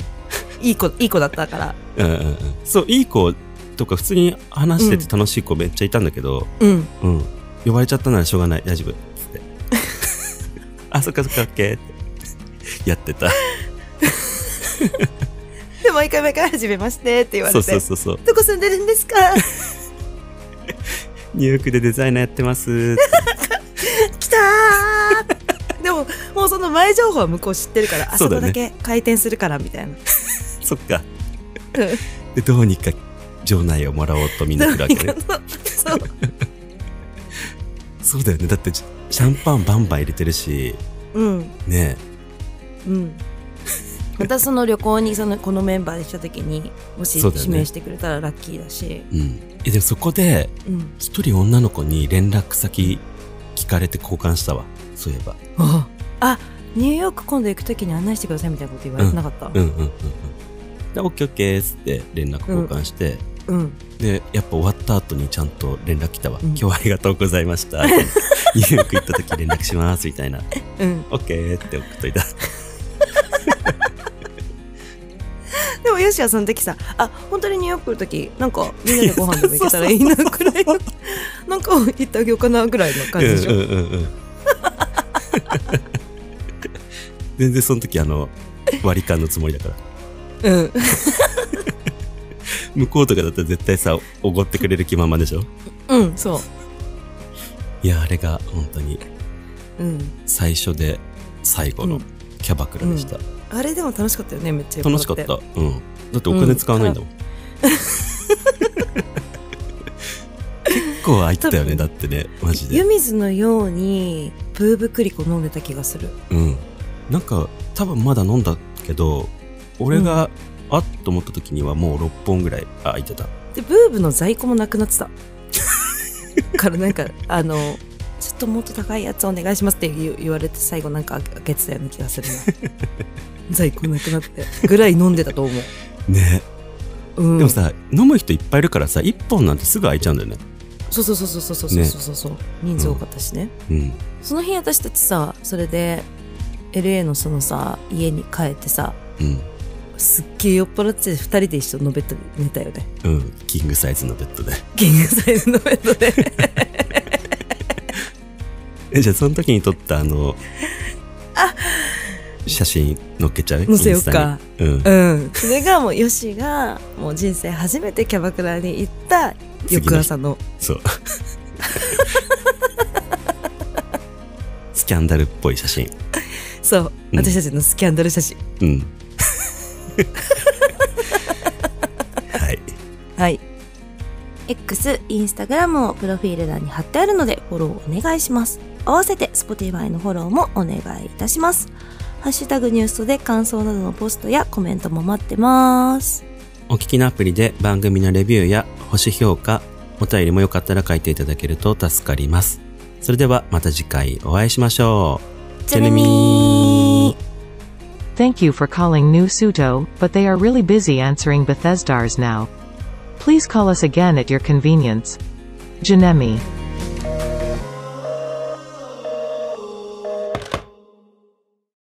[SPEAKER 2] いい子、いい子だったから。
[SPEAKER 1] うんうんうん。そう、いい子とか、普通に話してて楽しい子めっちゃいたんだけど、
[SPEAKER 2] うん。
[SPEAKER 1] うん。呼ばれちゃったならしょうがない。大丈夫。つ って。あ、そっかそっか、オッケーって。やってた。
[SPEAKER 2] で、毎回毎回、はじめましてって言われ
[SPEAKER 1] そ
[SPEAKER 2] て。
[SPEAKER 1] うそうそうそう。
[SPEAKER 2] どこ住んでるんです か
[SPEAKER 1] ニューヨークでデザイナーやってます。
[SPEAKER 2] 来たーでも、もうその前情報は向こう知ってるから、あそ
[SPEAKER 1] そ
[SPEAKER 2] う
[SPEAKER 1] だ
[SPEAKER 2] こ
[SPEAKER 1] ね
[SPEAKER 2] だけ回転するから、み たいな。
[SPEAKER 1] そっか。で、どうにか場内をもらおうとみんな来る わけね。
[SPEAKER 2] そう。
[SPEAKER 1] そうだよね。だって、シャンパンバンバン入れてるし、
[SPEAKER 2] うん。
[SPEAKER 1] ね
[SPEAKER 2] うん。またその旅行にそのこのメンバーで来た時にもし
[SPEAKER 1] そうだよ
[SPEAKER 2] 指
[SPEAKER 1] ね
[SPEAKER 2] 名してくれたらラッキーだし
[SPEAKER 1] え。うん。え、でもそこで、
[SPEAKER 2] うん
[SPEAKER 1] 一人女の子に連絡先聞かれて交換したわ。そういえば。
[SPEAKER 2] あニューヨーク今度行く時に案内してくださいみたいなこと言われてなかった
[SPEAKER 1] うんうんうんうん。で、オッケーオッケーっつって連絡交換して、
[SPEAKER 2] うん
[SPEAKER 1] で、やっぱ終わった後にちゃんと連絡来たわ。
[SPEAKER 2] うん
[SPEAKER 1] 今日はありがとうござい ました。ニューヨーク行った時連絡します、みたいな。
[SPEAKER 2] うん
[SPEAKER 1] オッケーって送っといた。
[SPEAKER 2] でもよしはその時さあ本当にニューヨーク来る時なんかみんなでご飯でも行けたらいいなくらい のなんか行ってあげようかなぐらいの感じでしょ
[SPEAKER 1] うんうんうんうん。全然その時あの、割り勘のつもりだから。
[SPEAKER 2] うん
[SPEAKER 1] 向こうとかだったら絶対さ、おごってくれる気満々でしょ
[SPEAKER 2] うんそ
[SPEAKER 1] いや、あれが本当に
[SPEAKER 2] ううん
[SPEAKER 1] 最初で最後
[SPEAKER 2] う
[SPEAKER 1] の
[SPEAKER 2] ん
[SPEAKER 1] キャバクラでした。
[SPEAKER 2] あれでも楽しかったよねめっちゃ
[SPEAKER 1] 楽しかった。うん。だってお金使わないんだもん。結構空いてたよね、
[SPEAKER 2] 多分
[SPEAKER 1] だってね、マジで
[SPEAKER 2] 湯。水のようにブーブクリコ飲んでた気がする
[SPEAKER 1] うん。なんか、多分まだ飲んだけど、俺が、あっと思った時にはもう6本ぐらいあ空いてた。
[SPEAKER 2] でブーブの在庫もなくなっ てたからなんかあのちょっともっと高いやつお願いしますって言う言われて最後なんか開けてたような気がするな 在庫なくなってぐらい飲んでたと思
[SPEAKER 1] ね。
[SPEAKER 2] う、うん、
[SPEAKER 1] でもさ、飲む人いっぱいいるからさ、1本なんてすぐ空いちゃうんだよね。
[SPEAKER 2] そうそうそうそうそうそうそうそう、人数多かったしね、
[SPEAKER 1] うん。
[SPEAKER 2] その日私たちさそれで LA のそのさ家に帰ってさ
[SPEAKER 1] うん。
[SPEAKER 2] すっげえ酔っ払って2人で一緒にベッドで寝たよ ね
[SPEAKER 1] うん。キングサイズのベッドで。
[SPEAKER 2] キングサイズのベッドで
[SPEAKER 1] え、じゃあその時に撮った あの、写真載っけちゃう
[SPEAKER 2] 載せようか。
[SPEAKER 1] インスタにうん。
[SPEAKER 2] うん。それがもう、ヨシが、もう人生初めてキャバクラに行った、翌朝の。
[SPEAKER 1] そう。スキャンダルっぽい写真。
[SPEAKER 2] そう。
[SPEAKER 1] うん
[SPEAKER 2] 私たちのスキャンダル写真。
[SPEAKER 1] うん。はい。
[SPEAKER 2] はい。 X、Instagram をプロフィール欄に貼ってあるのでフォローお願いします。合わせて Spotify のフォローもお願いいたします。ハッシュタグニュースで感想などのポストやコメントも待ってます。
[SPEAKER 1] お聞きのアプリで番組のレビューや星評価、お便りもよかったら書いていただけると助かります。それではまた次回お会いしましょう。
[SPEAKER 2] じゃねみー
[SPEAKER 3] Thank you for calling New Suto, but they are really busy answering Bethesdars now. Please call us again at your convenience. Janemi.